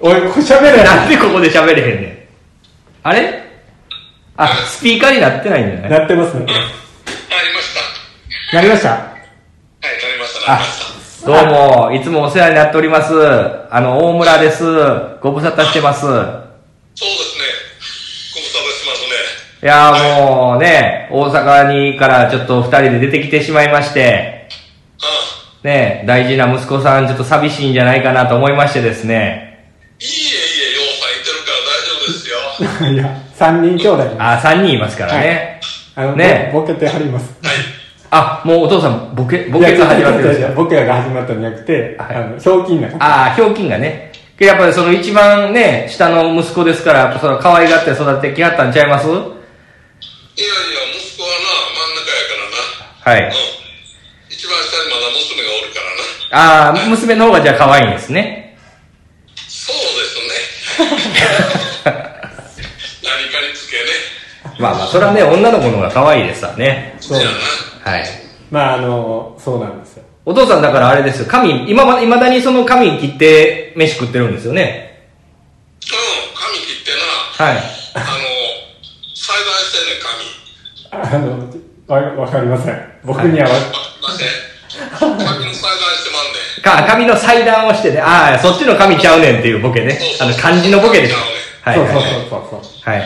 Speaker 3: おい、これ喋れ
Speaker 2: ん。
Speaker 3: な
Speaker 2: なんでここで喋れへんねん。あれあ、スピーカーになってないんじゃない
Speaker 3: なってますね。
Speaker 4: なりました。
Speaker 3: なりました
Speaker 4: はい、なりました、
Speaker 2: あ
Speaker 4: なりました。、
Speaker 2: どうも、いつもお世話になっております。あの、大村です。ご無沙汰してます。
Speaker 4: そうですね。ご無沙汰してますね。
Speaker 2: いやーもうね、大阪にからちょっと二人で出てきてしまいまして、
Speaker 4: あ
Speaker 2: ね、大事な息子さんちょっと寂しいんじゃないかなと思いましてですね、
Speaker 4: いえいえ、ようさんいてるから大丈夫ですよ。はい
Speaker 3: や、三人兄弟なんで
Speaker 2: あ、三人いますからね。
Speaker 3: す。あの、
Speaker 2: ね
Speaker 3: ね、ボケてはります。
Speaker 4: い。
Speaker 2: あ、もうお父さん、ボケ、ボ
Speaker 3: いや
Speaker 2: ケが始まってるんで
Speaker 3: い
Speaker 2: す
Speaker 3: やいや
Speaker 2: よ。
Speaker 3: ボケが始まったんじゃなくて、
Speaker 2: はい
Speaker 3: あの、ひょうきんな。
Speaker 2: あー、ひょうきんがね。けどやっぱりその一番ね、下の息子ですから、やっぱその可愛がって育ててきはったんちゃいます
Speaker 4: いやいや、息子はな、真
Speaker 2: は
Speaker 4: ん中やからな。
Speaker 2: い。
Speaker 4: うん。一番下にまだ娘がおるからな。
Speaker 2: あー、娘の方がじゃあ可愛いんですね。
Speaker 4: そうですね。何かにつけね。
Speaker 2: まあまあ、それはね、女の子の方が可愛いですわね。
Speaker 3: そう
Speaker 4: じゃあな。
Speaker 2: はい。
Speaker 3: まあ、あの、そうなんですよ。
Speaker 2: お父さんだからあれですよ、髪、今ま、未だにその髪切って飯食ってるんですよね。
Speaker 4: うん、髪切ってな。
Speaker 2: はい。
Speaker 4: あの、栽培してんねん、髪。
Speaker 3: あの、わわかりません。僕にはわ、
Speaker 4: 先の裁判してまんねん。
Speaker 2: か、紙の裁断をしてね、ああ、そっちの紙ちゃうねんっていうボケね。あの、漢字のボケです。はい。
Speaker 1: そうそうそうそうそう
Speaker 2: はい。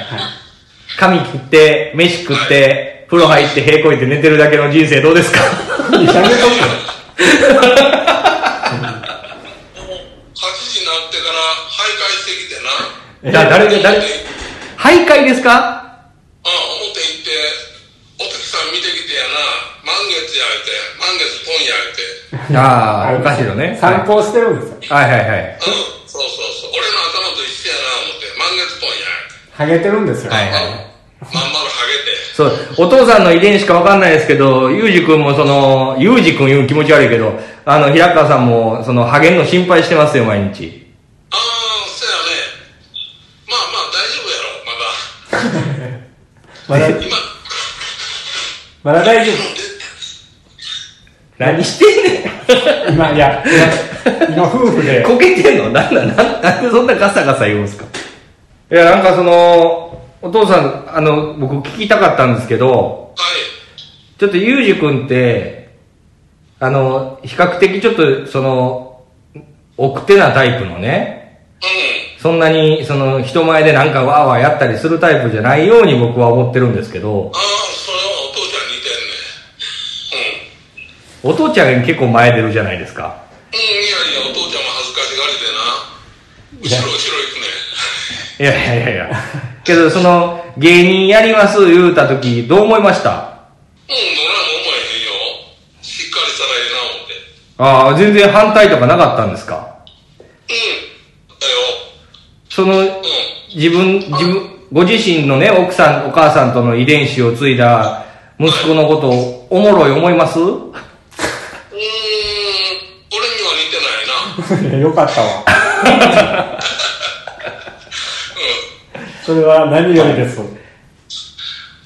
Speaker 2: 髪切って、飯食って、風呂入って、平行いて寝てるだけの人生どうですか
Speaker 1: やめとくよ
Speaker 4: もう、8時になってから徘徊してきてな。
Speaker 2: だ誰が、誰、徘徊ですか
Speaker 4: ああ、表行って、お月さん見てきてやな。満月やいて、満月今夜やいて。
Speaker 2: ああ、おかしいのね。
Speaker 3: 参考してるんですよ。
Speaker 2: はいはいはい。
Speaker 4: うん、そうそうそう。俺の頭と一緒やな、思って。満月今夜やいて。
Speaker 3: ハゲてるんですよ。
Speaker 2: はいはい。
Speaker 4: まんまるハゲて。
Speaker 2: そう、お父さんの遺伝しかわかんないですけど、ゆうじくんもその、ゆうじくん言う気持ち悪いけど、あの、平川さんも、その、ハゲんの心配してますよ、毎日。
Speaker 4: ああ、そやね。まあまあ大丈夫やろ、まだ。
Speaker 3: まだ、
Speaker 4: 今、
Speaker 3: まだ大丈
Speaker 2: 何してんねん。
Speaker 3: 夫。今、いや、今、今夫婦で、
Speaker 2: こけてんのなんだ、なんなんでそんなガサガサ言うんすかいや、なんかその、お父さん、あの、僕聞きたかったんですけど、
Speaker 4: はい。
Speaker 2: ちょっとゆうじくんって、あの、比較的ちょっと、その、奥手なタイプのね、
Speaker 4: うん。
Speaker 2: そんなに、その、人前でなんかわーわーやったりするタイプじゃないように僕は思ってるんですけど
Speaker 4: あ、あ、それはお父ちゃん似てんね。うん。
Speaker 2: お父ちゃん結構前出るじゃないですか。
Speaker 4: うん、いやいや、お父ちゃんも恥ずかしがりでな。後ろ後ろ行
Speaker 2: い
Speaker 4: くね。
Speaker 2: やいやいやいや。けど、その、芸人やります言うた時、どう思いました
Speaker 4: うん、どないも思えへんよ。しっかりしたらええな、思っ
Speaker 2: あ
Speaker 4: て。
Speaker 2: あ、全然反対とかなかったんですか
Speaker 4: うん。だよ。
Speaker 2: その、
Speaker 4: う
Speaker 2: 自分、自分、ご自身のね、奥さん、お母さんとの遺伝子を継いだ息子のことをおもろい思います
Speaker 4: ん。うーん、俺には似てないな。
Speaker 3: よかったわ。
Speaker 4: うん。
Speaker 3: それは何よりです。
Speaker 4: 俺にとっては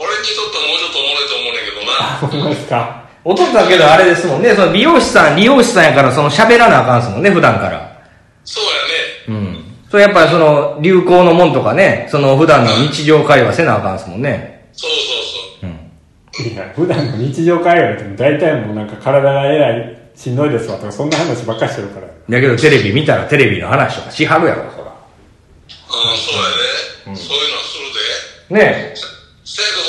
Speaker 4: もうちょっとおもろいと思うねんけどな。
Speaker 3: ほんまですか。
Speaker 2: お父さんけどあれですもんね、その美容師さん、理容師さんやからその喋らなあかんすもんね、普段から。
Speaker 4: そうやね。
Speaker 2: うん。それやっぱりその流行のもんとかね、その普段の日常会話せなあかんっすもんね。
Speaker 4: そうそうそう。
Speaker 2: うん。
Speaker 3: いや、普段の日常会話でも大体もうなんか体がえらいしんどいですわとか、そんな話ばっかりしてるから。
Speaker 2: だけどテレビ見たらテレビの話とかしはるやろ、そら。
Speaker 4: ああ、そうやね。そういうのはするで。
Speaker 2: ね
Speaker 4: せやけど、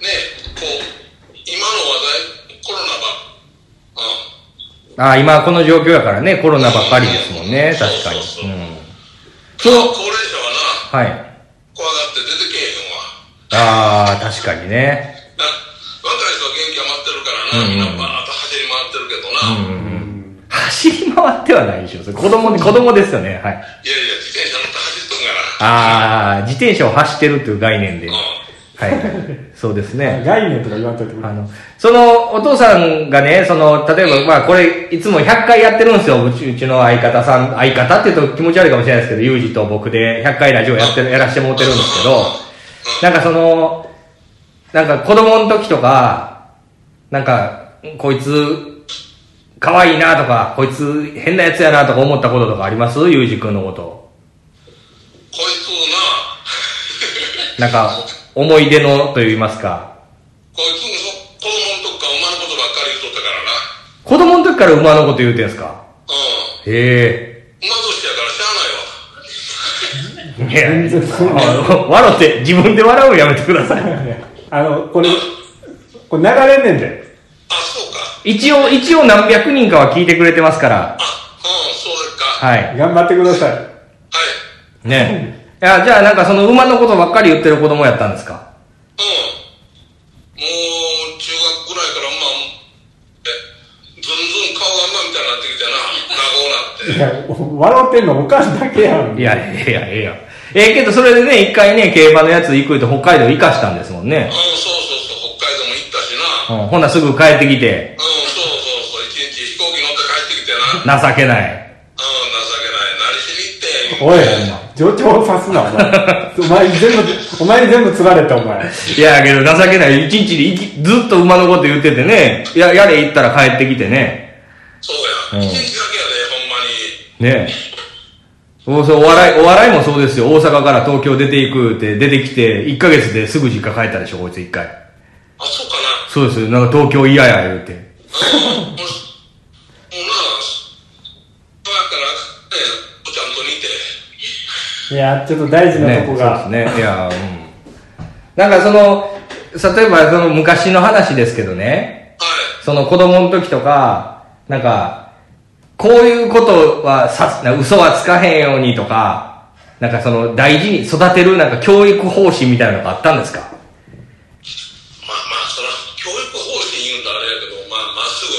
Speaker 4: ねこう、今の話題、コロナば、うん、
Speaker 2: え。ああ、今この状況やからね、コロナばっかりですもんね、
Speaker 4: そう
Speaker 2: 確かに
Speaker 4: そうそう。
Speaker 2: うん。
Speaker 4: 高高齢
Speaker 2: は
Speaker 4: 者はな、
Speaker 2: い。
Speaker 4: 怖がって出てけえへんわ。
Speaker 2: ああ、確かにね。
Speaker 4: な若い人は元気余ってるか
Speaker 2: うん
Speaker 4: らな、みんなバーッと走り回っ
Speaker 2: う
Speaker 4: てるけどな、い
Speaker 2: ん。走り回ってはないでしょ。それ子供、子供ですよね、はい。
Speaker 4: やいや、自転車乗って走っとんから、
Speaker 2: ああ、自転車を走ってるという概念で。
Speaker 4: う
Speaker 2: は
Speaker 4: ん、
Speaker 2: いはい。そうですね。
Speaker 3: 概念とか言わんといてくれ
Speaker 2: あ。の、その、お父さんがね、その、例えば、まあ、これ、いつも100回やってるんですよ。うち、うちの相方さん、相方って言うと気持ち悪いかもしれないですけど、ユージと僕で100回ラジオやってる、やらしてもらってるんですけど、なんかその、なんか子供の時とか、なんか、こいつ、可愛いなとか、こいつ変なやつやなとか思ったこととかありますユージくんのこと。
Speaker 4: こいつを
Speaker 2: な
Speaker 4: な、
Speaker 2: んか、思い出のと言いますか。
Speaker 4: こいつもそ子供の時から馬のことばっかり言うとったからな、
Speaker 2: 子供の時から馬のこと言うてんすか
Speaker 4: う
Speaker 2: へ
Speaker 4: ん、
Speaker 2: え。
Speaker 4: 馬年やからしゃあないわ。
Speaker 2: いや
Speaker 3: 全然そう
Speaker 2: あの 笑って、自分で笑うのやめてください。
Speaker 3: あの、これ、これ流れんねんで。
Speaker 4: あ、そうか、
Speaker 2: 一応、一応何百人かは聞いてくれてますから。
Speaker 4: あ、うん、そうですか、はい、
Speaker 2: はい。
Speaker 3: 頑張ってください。
Speaker 2: ね。いや、じゃあなんかその馬のことばっかり言ってる子供やったんですか
Speaker 4: うん、もう中学ぐらいからまあえずんずん顔が馬みたいになって きてな長うなって
Speaker 3: いや、笑ってんのおかんだけやん。
Speaker 2: いや、いや、いや。ええけど、それでね、一回ね、競馬のやつ行くと北海道行かしたんですもんね。
Speaker 4: うんそうそうそう北海道も行ったしなうん
Speaker 2: うん、ほなすぐ帰ってきて、
Speaker 4: そうそうそう一日飛行機乗って帰ってきてなうん情け
Speaker 2: 情けない。
Speaker 4: ない何しに行って
Speaker 3: おい、助長を刺すな、お前。お前に全部、お前に全部釣られた、お前。
Speaker 2: いや、けど情けない。一日で行きずっと馬のこと言っててね、いや、やれ行ったら帰ってきてね。
Speaker 4: そう
Speaker 2: う
Speaker 4: や
Speaker 2: ん
Speaker 4: 一日だけやで
Speaker 2: ね
Speaker 4: ほんまに
Speaker 2: え。おそうお笑い、お笑いもそうですよ。大阪から東京出ていくって、出てきて、1ヶ月ですぐ実家帰ったでしょ、こいつ1回。
Speaker 4: あそうかな
Speaker 2: そうですよ。なんか東京嫌や、言うて。
Speaker 4: うんもう
Speaker 3: いや、ちょっと大事な
Speaker 2: ね
Speaker 3: とこが、
Speaker 2: そうですねいやうんなんかその例えばその昔の話ですけどね
Speaker 4: はい。
Speaker 2: その子供の時とかなんかこういうことはさな嘘はつかへんようにとかなんかその大事に育てるなんか教育方針みたいなのがあったんですか
Speaker 4: まあまあ、そら、教育方針言うんだあれやけど、まあ、まっすぐ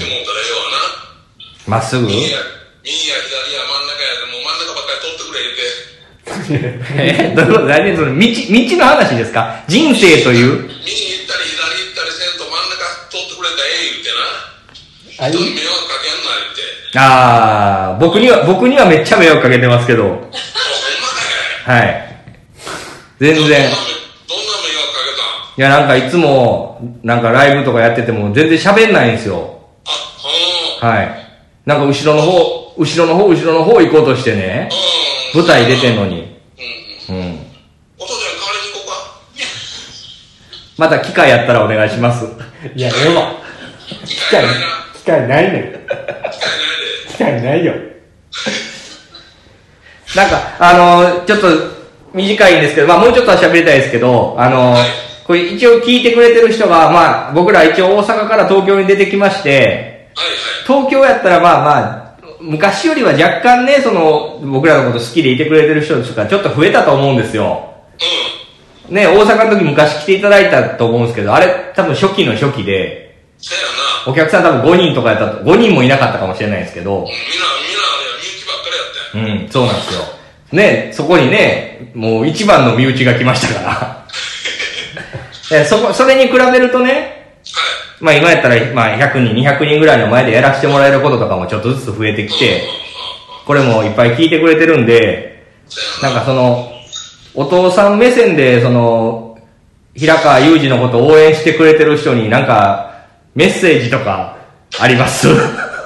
Speaker 4: な、言ってもうたらええわな。
Speaker 2: まっすぐ
Speaker 4: 右や、右や左や真ん中やで、もう真ん中ばっかり取ってくれ言うて。
Speaker 2: えどういうこと大事にその道道の話ですか人生という
Speaker 4: 右行ったり左行ったりせんと真ん中取ってくれたらええ言うてな。
Speaker 3: あい
Speaker 4: 人に迷惑かけんな言うて。
Speaker 2: ああ僕には僕にはめっちゃ迷惑かけてますけど
Speaker 4: おほんまかい。
Speaker 2: はい全然
Speaker 4: どんな迷惑かけたん
Speaker 2: いや、なんかいつも、なんかライブとかやってても全然喋んないんですよ。
Speaker 4: あ、うん。
Speaker 2: はい。なんか後ろの方、後ろの方、後ろの方行こうとしてね。
Speaker 4: うん。
Speaker 2: 舞台出てんのに。
Speaker 4: うん。
Speaker 2: うん。
Speaker 4: お父ちゃん代わりに行こうか。
Speaker 2: また機会やったらお願いします。
Speaker 3: いや、ええわ。
Speaker 4: 機
Speaker 3: 機
Speaker 4: 会
Speaker 3: 会
Speaker 4: ないな。、
Speaker 3: 機会ないねん。
Speaker 4: 機会ないで。
Speaker 3: 機会ないよ。
Speaker 2: なんか、あのーちょっと短いんですけど、まあもうちょっとは喋りたいですけど、あのー
Speaker 4: はい
Speaker 2: これ一応聞いてくれてる人が、まあ僕ら一応大阪から東京に出てきまして、
Speaker 4: はいはい。
Speaker 2: 東京やったらまあまあ、昔よりは若干ね、その、僕らのこと好きでいてくれてる人とかちょっと増えたと思うんですよ。
Speaker 4: うん。
Speaker 2: ね、大阪の時昔来ていただいたと思うんですけど、あれ多分初期の初期で、
Speaker 4: せやな。
Speaker 2: お客さん多分5人とかやったと、5人もいなかったかもしれないですけど
Speaker 4: み、んな、みんなあれや、身内ばっかりやったんや。
Speaker 2: うん、そうなんですよ。ね、そこにね、もう一番の身内が来ました から。えそこ、それに比べるとね、
Speaker 4: は
Speaker 2: まあ今やったら、まあ100人、200人ぐらいの前でやらせてもらえることとかもちょっとずつ増えてき
Speaker 4: い。
Speaker 2: て
Speaker 4: うん、うんうん
Speaker 2: これもいっぱい聞いてくれてるんで、
Speaker 4: せ
Speaker 2: な
Speaker 4: や
Speaker 2: ん
Speaker 4: な。
Speaker 2: かその、お父さん目線で、その、平川祐二のことを応援してくれてる人になんか、メッセージとか、あります は
Speaker 4: お父さん目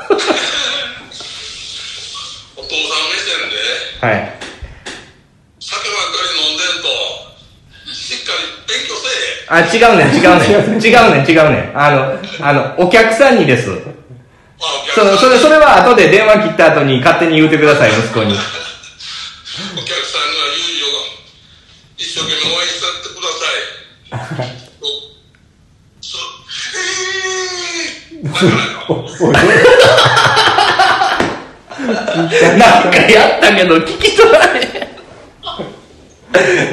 Speaker 4: 線で、
Speaker 2: い。
Speaker 4: 酒ばっかり飲んでんと、しっかり勉強せえ。
Speaker 2: あ、違うねん、違う ねん。違うねん、違うねん。あの、あの、お客さんにです。
Speaker 4: まあ、お客
Speaker 2: そ
Speaker 4: さん
Speaker 2: の、それ、それは後で電話切った後に勝手に言うてください、息子に。
Speaker 4: お客さんには友情が、一生懸命応援しちゃってください。おそ、えー、だからよ。
Speaker 3: お い
Speaker 2: なんかやったけど、聞き取られへん。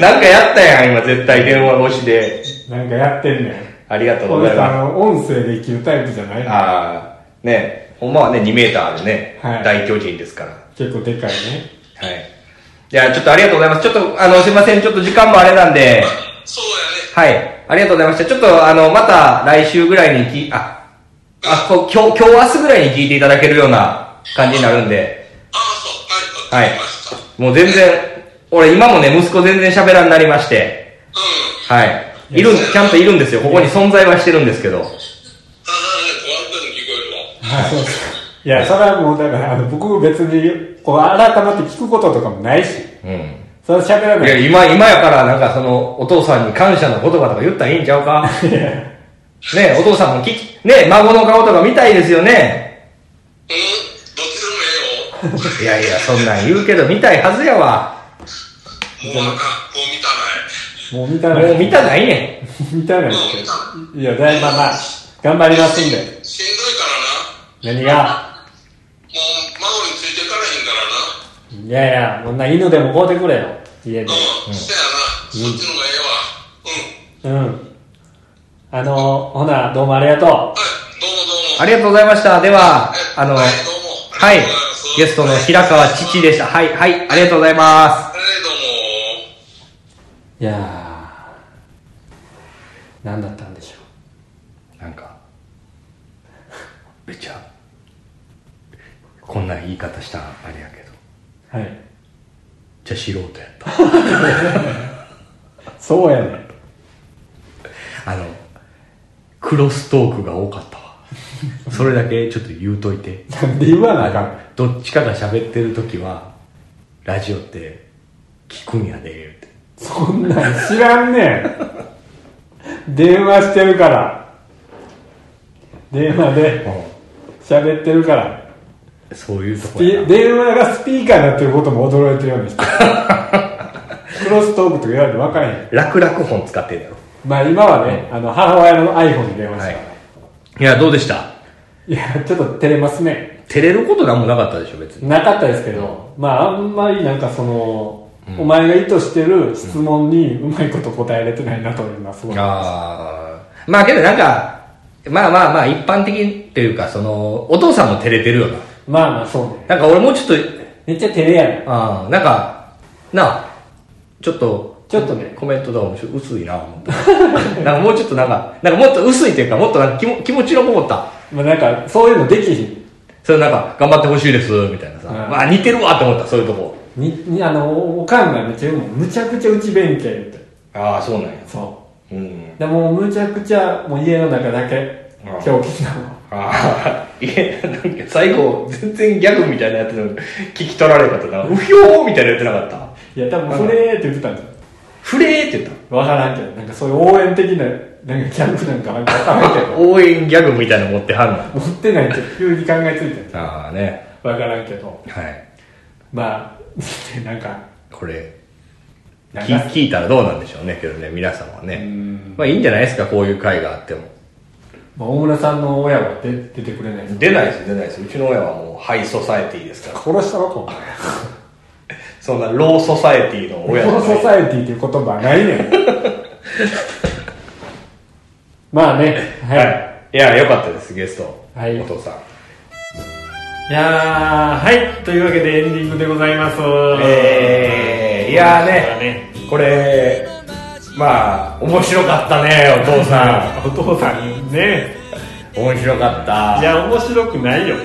Speaker 2: なんかやったやん、今、絶対電話越しで。
Speaker 3: なんかやってんねん。
Speaker 2: ありがとう
Speaker 3: こ
Speaker 2: ござ
Speaker 3: の
Speaker 2: い
Speaker 3: 人、あ
Speaker 2: ま
Speaker 3: の、音声で生きるタイプじゃない
Speaker 2: す。
Speaker 3: の
Speaker 2: ああ、ね、ほんまはね、2メーターあるね、
Speaker 3: はい
Speaker 2: 大巨人ですから。は
Speaker 3: 結構でかい
Speaker 2: い。
Speaker 3: ね。
Speaker 2: じゃあ、ちょっとありがとうございます。ちょっと、あの、すいません、ちょっと時間もあれなんで、
Speaker 4: そうやね。
Speaker 2: はい。ありがとうございました。ちょっと、あの、また来週ぐらいにき、あ、あ、こう今日、今日明日ぐらいに聞いていただけるような感じになるんで、
Speaker 4: ああ、そう。はい、わかりました。
Speaker 2: もう全然、俺今もね、息子全然喋らんなりまして、
Speaker 4: うん。
Speaker 2: はい。いるん、ちゃんといるんですよ。ここに存在はしてるんですけど。
Speaker 4: ああ、悪くに聞こえるわ。
Speaker 3: いや、それはもう、だから、あの、僕別に、こう、改まって聞くこととかもないし、
Speaker 2: うん。
Speaker 3: それは喋ら
Speaker 2: い
Speaker 3: な
Speaker 2: や、
Speaker 3: い。
Speaker 2: 今、今やから、なんかその、お父さんに感謝の言葉とか言 ったらいいんちゃうかねえお父さんも聞き、ねえ孫の顔とか見たいですよね
Speaker 4: うん、どっちでもええよ。
Speaker 2: いやいや、そんなん言うけど見たいはずやわ。
Speaker 4: もうあかん、もう見たない。
Speaker 3: もう見た
Speaker 2: も
Speaker 3: な
Speaker 2: う
Speaker 3: い。
Speaker 2: 見たないね
Speaker 3: 見たない
Speaker 4: も
Speaker 3: で
Speaker 4: う見た
Speaker 3: すけど。いや、だいぶまあまあ、頑張りますんで。
Speaker 4: しんどいからな。
Speaker 3: 何が
Speaker 4: もう、孫についてからへんからな。
Speaker 3: いやいや、こんな犬でも買うてくれよ。家で。
Speaker 4: うん、そやな。そっちの方がええ
Speaker 3: うん。あの、ほな、どうもありがと
Speaker 4: わ。うん。はい、どうもどうも。
Speaker 2: ありがとうございました。では
Speaker 4: はい、
Speaker 2: あの、は
Speaker 4: はいい、どうも。ありがとうございます
Speaker 2: ゲストの平川父でした。はい、はい、ありがとうございます。
Speaker 4: はい、どうも。
Speaker 3: う。いやー、何だったんでしょ
Speaker 2: なんか、めっちゃ、こんな言い方したらあれやけど、
Speaker 3: う。はい。
Speaker 2: じゃ素人やった。
Speaker 3: そうやねん。
Speaker 2: あの、クロストークが多かったわ。それだけちょっと言うといて。
Speaker 3: なんで言わな
Speaker 2: あ
Speaker 3: あかん
Speaker 2: の、どっちかが喋ってる時は、ラジオって聞くんやで、言うて。
Speaker 3: そんなん知らんねん。電話してるから。電話で
Speaker 2: う
Speaker 3: 喋ってるから。
Speaker 2: そういうとこや
Speaker 3: で
Speaker 2: な
Speaker 3: 電話がスピーカーになってることも驚いてるよ うにしてクロストークとか言われて分からへん
Speaker 2: 楽々本使ってんだろ
Speaker 3: まあ今はね、あの母親の iPhone に電話し
Speaker 2: は
Speaker 3: た
Speaker 2: いいやどうでした
Speaker 3: い、やちょっと照れますね
Speaker 2: 照れることなんもなかったでしょ別に
Speaker 3: なかったですけどまああんまりなんかその、お前が意図してる質問にうまいこと答えれてないなと今すごい、
Speaker 2: ああまあけどなんかまあまあまあ一般的っていうかそのお父さんも照れてるよな
Speaker 3: まあまあそうね
Speaker 2: なんか俺もちょっと
Speaker 3: めっちゃ照れやね
Speaker 2: ああなんかなあちょっと
Speaker 3: ちょっとね
Speaker 2: コメントだ面白い薄いな思って なんかもうちょっとなんかなんかもっと薄いっていうかもっとなんか気も気持ちのこもった
Speaker 3: まあなんかそういうのできひん
Speaker 2: それなんか頑張ってほしいですみたいなさ、
Speaker 3: うん
Speaker 2: まあ似てるわって思ったそういうとこ
Speaker 3: ににあのおおかんがめっちゃ言うもんむちゃくちゃうち弁慶って
Speaker 2: ああそうなんや
Speaker 3: そ
Speaker 2: うん
Speaker 3: うでもうむちゃくちゃもう家の中だけ
Speaker 2: ああ
Speaker 3: 狂気なの
Speaker 2: ああいやなんか最後全然ギャグみたいなやつの聞き取られたとかうひょーみたいなやってなかった
Speaker 3: いや多分それーって言ってたんじゃん
Speaker 2: フレーって言っ
Speaker 3: 分からんけどなんかそういう応援的ななんかキャンプなんかなんか分からんけ
Speaker 2: た応援ギャグみたいなの持ってはる
Speaker 3: ど持ってないって急に考えついて
Speaker 2: のああね
Speaker 3: 分からんけど
Speaker 2: はい
Speaker 3: まあ なんか
Speaker 2: これ
Speaker 3: なん
Speaker 2: 聞
Speaker 3: か
Speaker 2: 聞いたらどうなんでしょうねけどね皆さんはねまあいいんじゃないですかこういう会があっても
Speaker 3: まあ、大村さんの親は出出てくれないです
Speaker 2: 出ないです出ないですうちの親はもうハイソサエティですから
Speaker 3: 殺したのこ
Speaker 2: そんなローソサエティの
Speaker 3: この
Speaker 2: 親じゃない
Speaker 3: ソサエティっていう言葉はない ねんまあねは、
Speaker 2: はいい、いや良かったですゲスト、
Speaker 3: はい
Speaker 2: お父さん
Speaker 1: いやーはいというわけでエンディングでございます
Speaker 2: えーいやーねこれまあ面白かったねお父さ
Speaker 1: お父さんね
Speaker 2: ん面白かった
Speaker 1: いや面白くないよ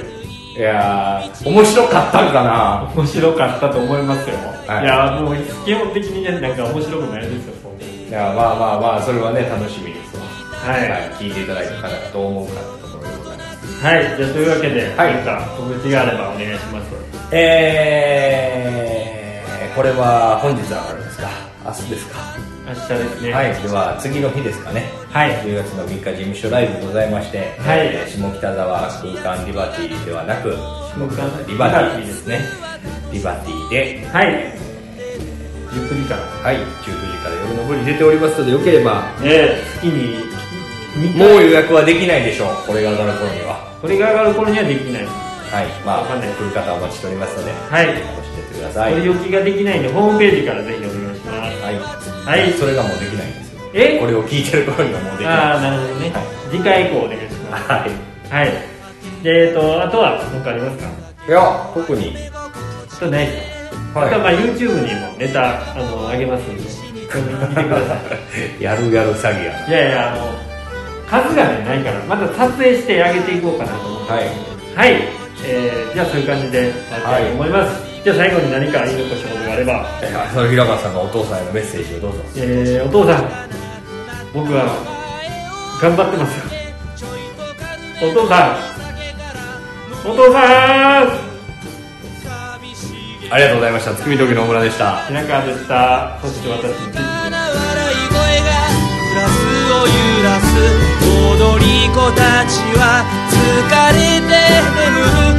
Speaker 2: いやー面白かったんかな
Speaker 1: 面白かったと思いますよ、
Speaker 2: はい
Speaker 1: い、やもう基本的にねなんか面白くないですよそんなに
Speaker 2: いやまあまあまあそれはね楽しみですわ
Speaker 1: は、
Speaker 2: はいい、
Speaker 1: はい
Speaker 2: 聞いていただいた方がどう思うかってところでございます
Speaker 1: じゃあというわけで、
Speaker 2: はい
Speaker 1: なんか告知があればお願いします
Speaker 2: えー、これは本日上がるんですか明日ですか
Speaker 1: 明日ですね
Speaker 2: はい、では次の日ですかね、
Speaker 1: はい
Speaker 2: 10月の3日事務所ライブございまして、
Speaker 1: はい
Speaker 2: えー下北沢空間リバティではなく下
Speaker 1: 北沢
Speaker 2: リバティですねリバティで、
Speaker 1: はい19時から
Speaker 2: はい、19時から夜の部に出ておりますのでよければ
Speaker 1: えー、月に見
Speaker 2: もう予約はできないでしょうこれが上がる頃には
Speaker 1: これが上がる頃にはできない
Speaker 2: はいま
Speaker 1: わか
Speaker 2: あ
Speaker 1: んない
Speaker 2: 来る方お待ちしておりますので
Speaker 1: はい
Speaker 2: おしてってください
Speaker 1: 取り置きができないんでホームページからぜひお願いします
Speaker 2: はい、
Speaker 1: はい
Speaker 2: それがもうできないんですよ
Speaker 1: え
Speaker 2: これを聞いてる頃にはもうでき
Speaker 1: あ
Speaker 2: な
Speaker 1: あ
Speaker 2: い
Speaker 1: なるほどね、
Speaker 2: はい
Speaker 1: 次回以降お願いします
Speaker 2: はい
Speaker 1: はいでえっ、とあとは何かありますか
Speaker 2: いや特に
Speaker 1: ちょっとないですか
Speaker 2: はい
Speaker 1: あとはまあ YouTube にもネタあの上げます んで見てください
Speaker 2: やるやる詐欺やない
Speaker 1: やいやあの数がねないからまだ撮影して上げていこうかなと思って
Speaker 2: はい
Speaker 1: はい、えーじゃあそういう感じでやりたいと思います、じゃあ最後に何か言い残したことがあれば、
Speaker 2: えーその平川さんがお父さんへのメッセージをどうぞ
Speaker 1: えーお父さん僕は頑張ってますよお父さんお父さん
Speaker 2: ありがとうございました月見峠の大村でした
Speaker 1: 平川でしたそして私の父で
Speaker 5: 笑い声がクラスを揺らす
Speaker 1: す
Speaker 5: 踊り子たちは疲れて眠る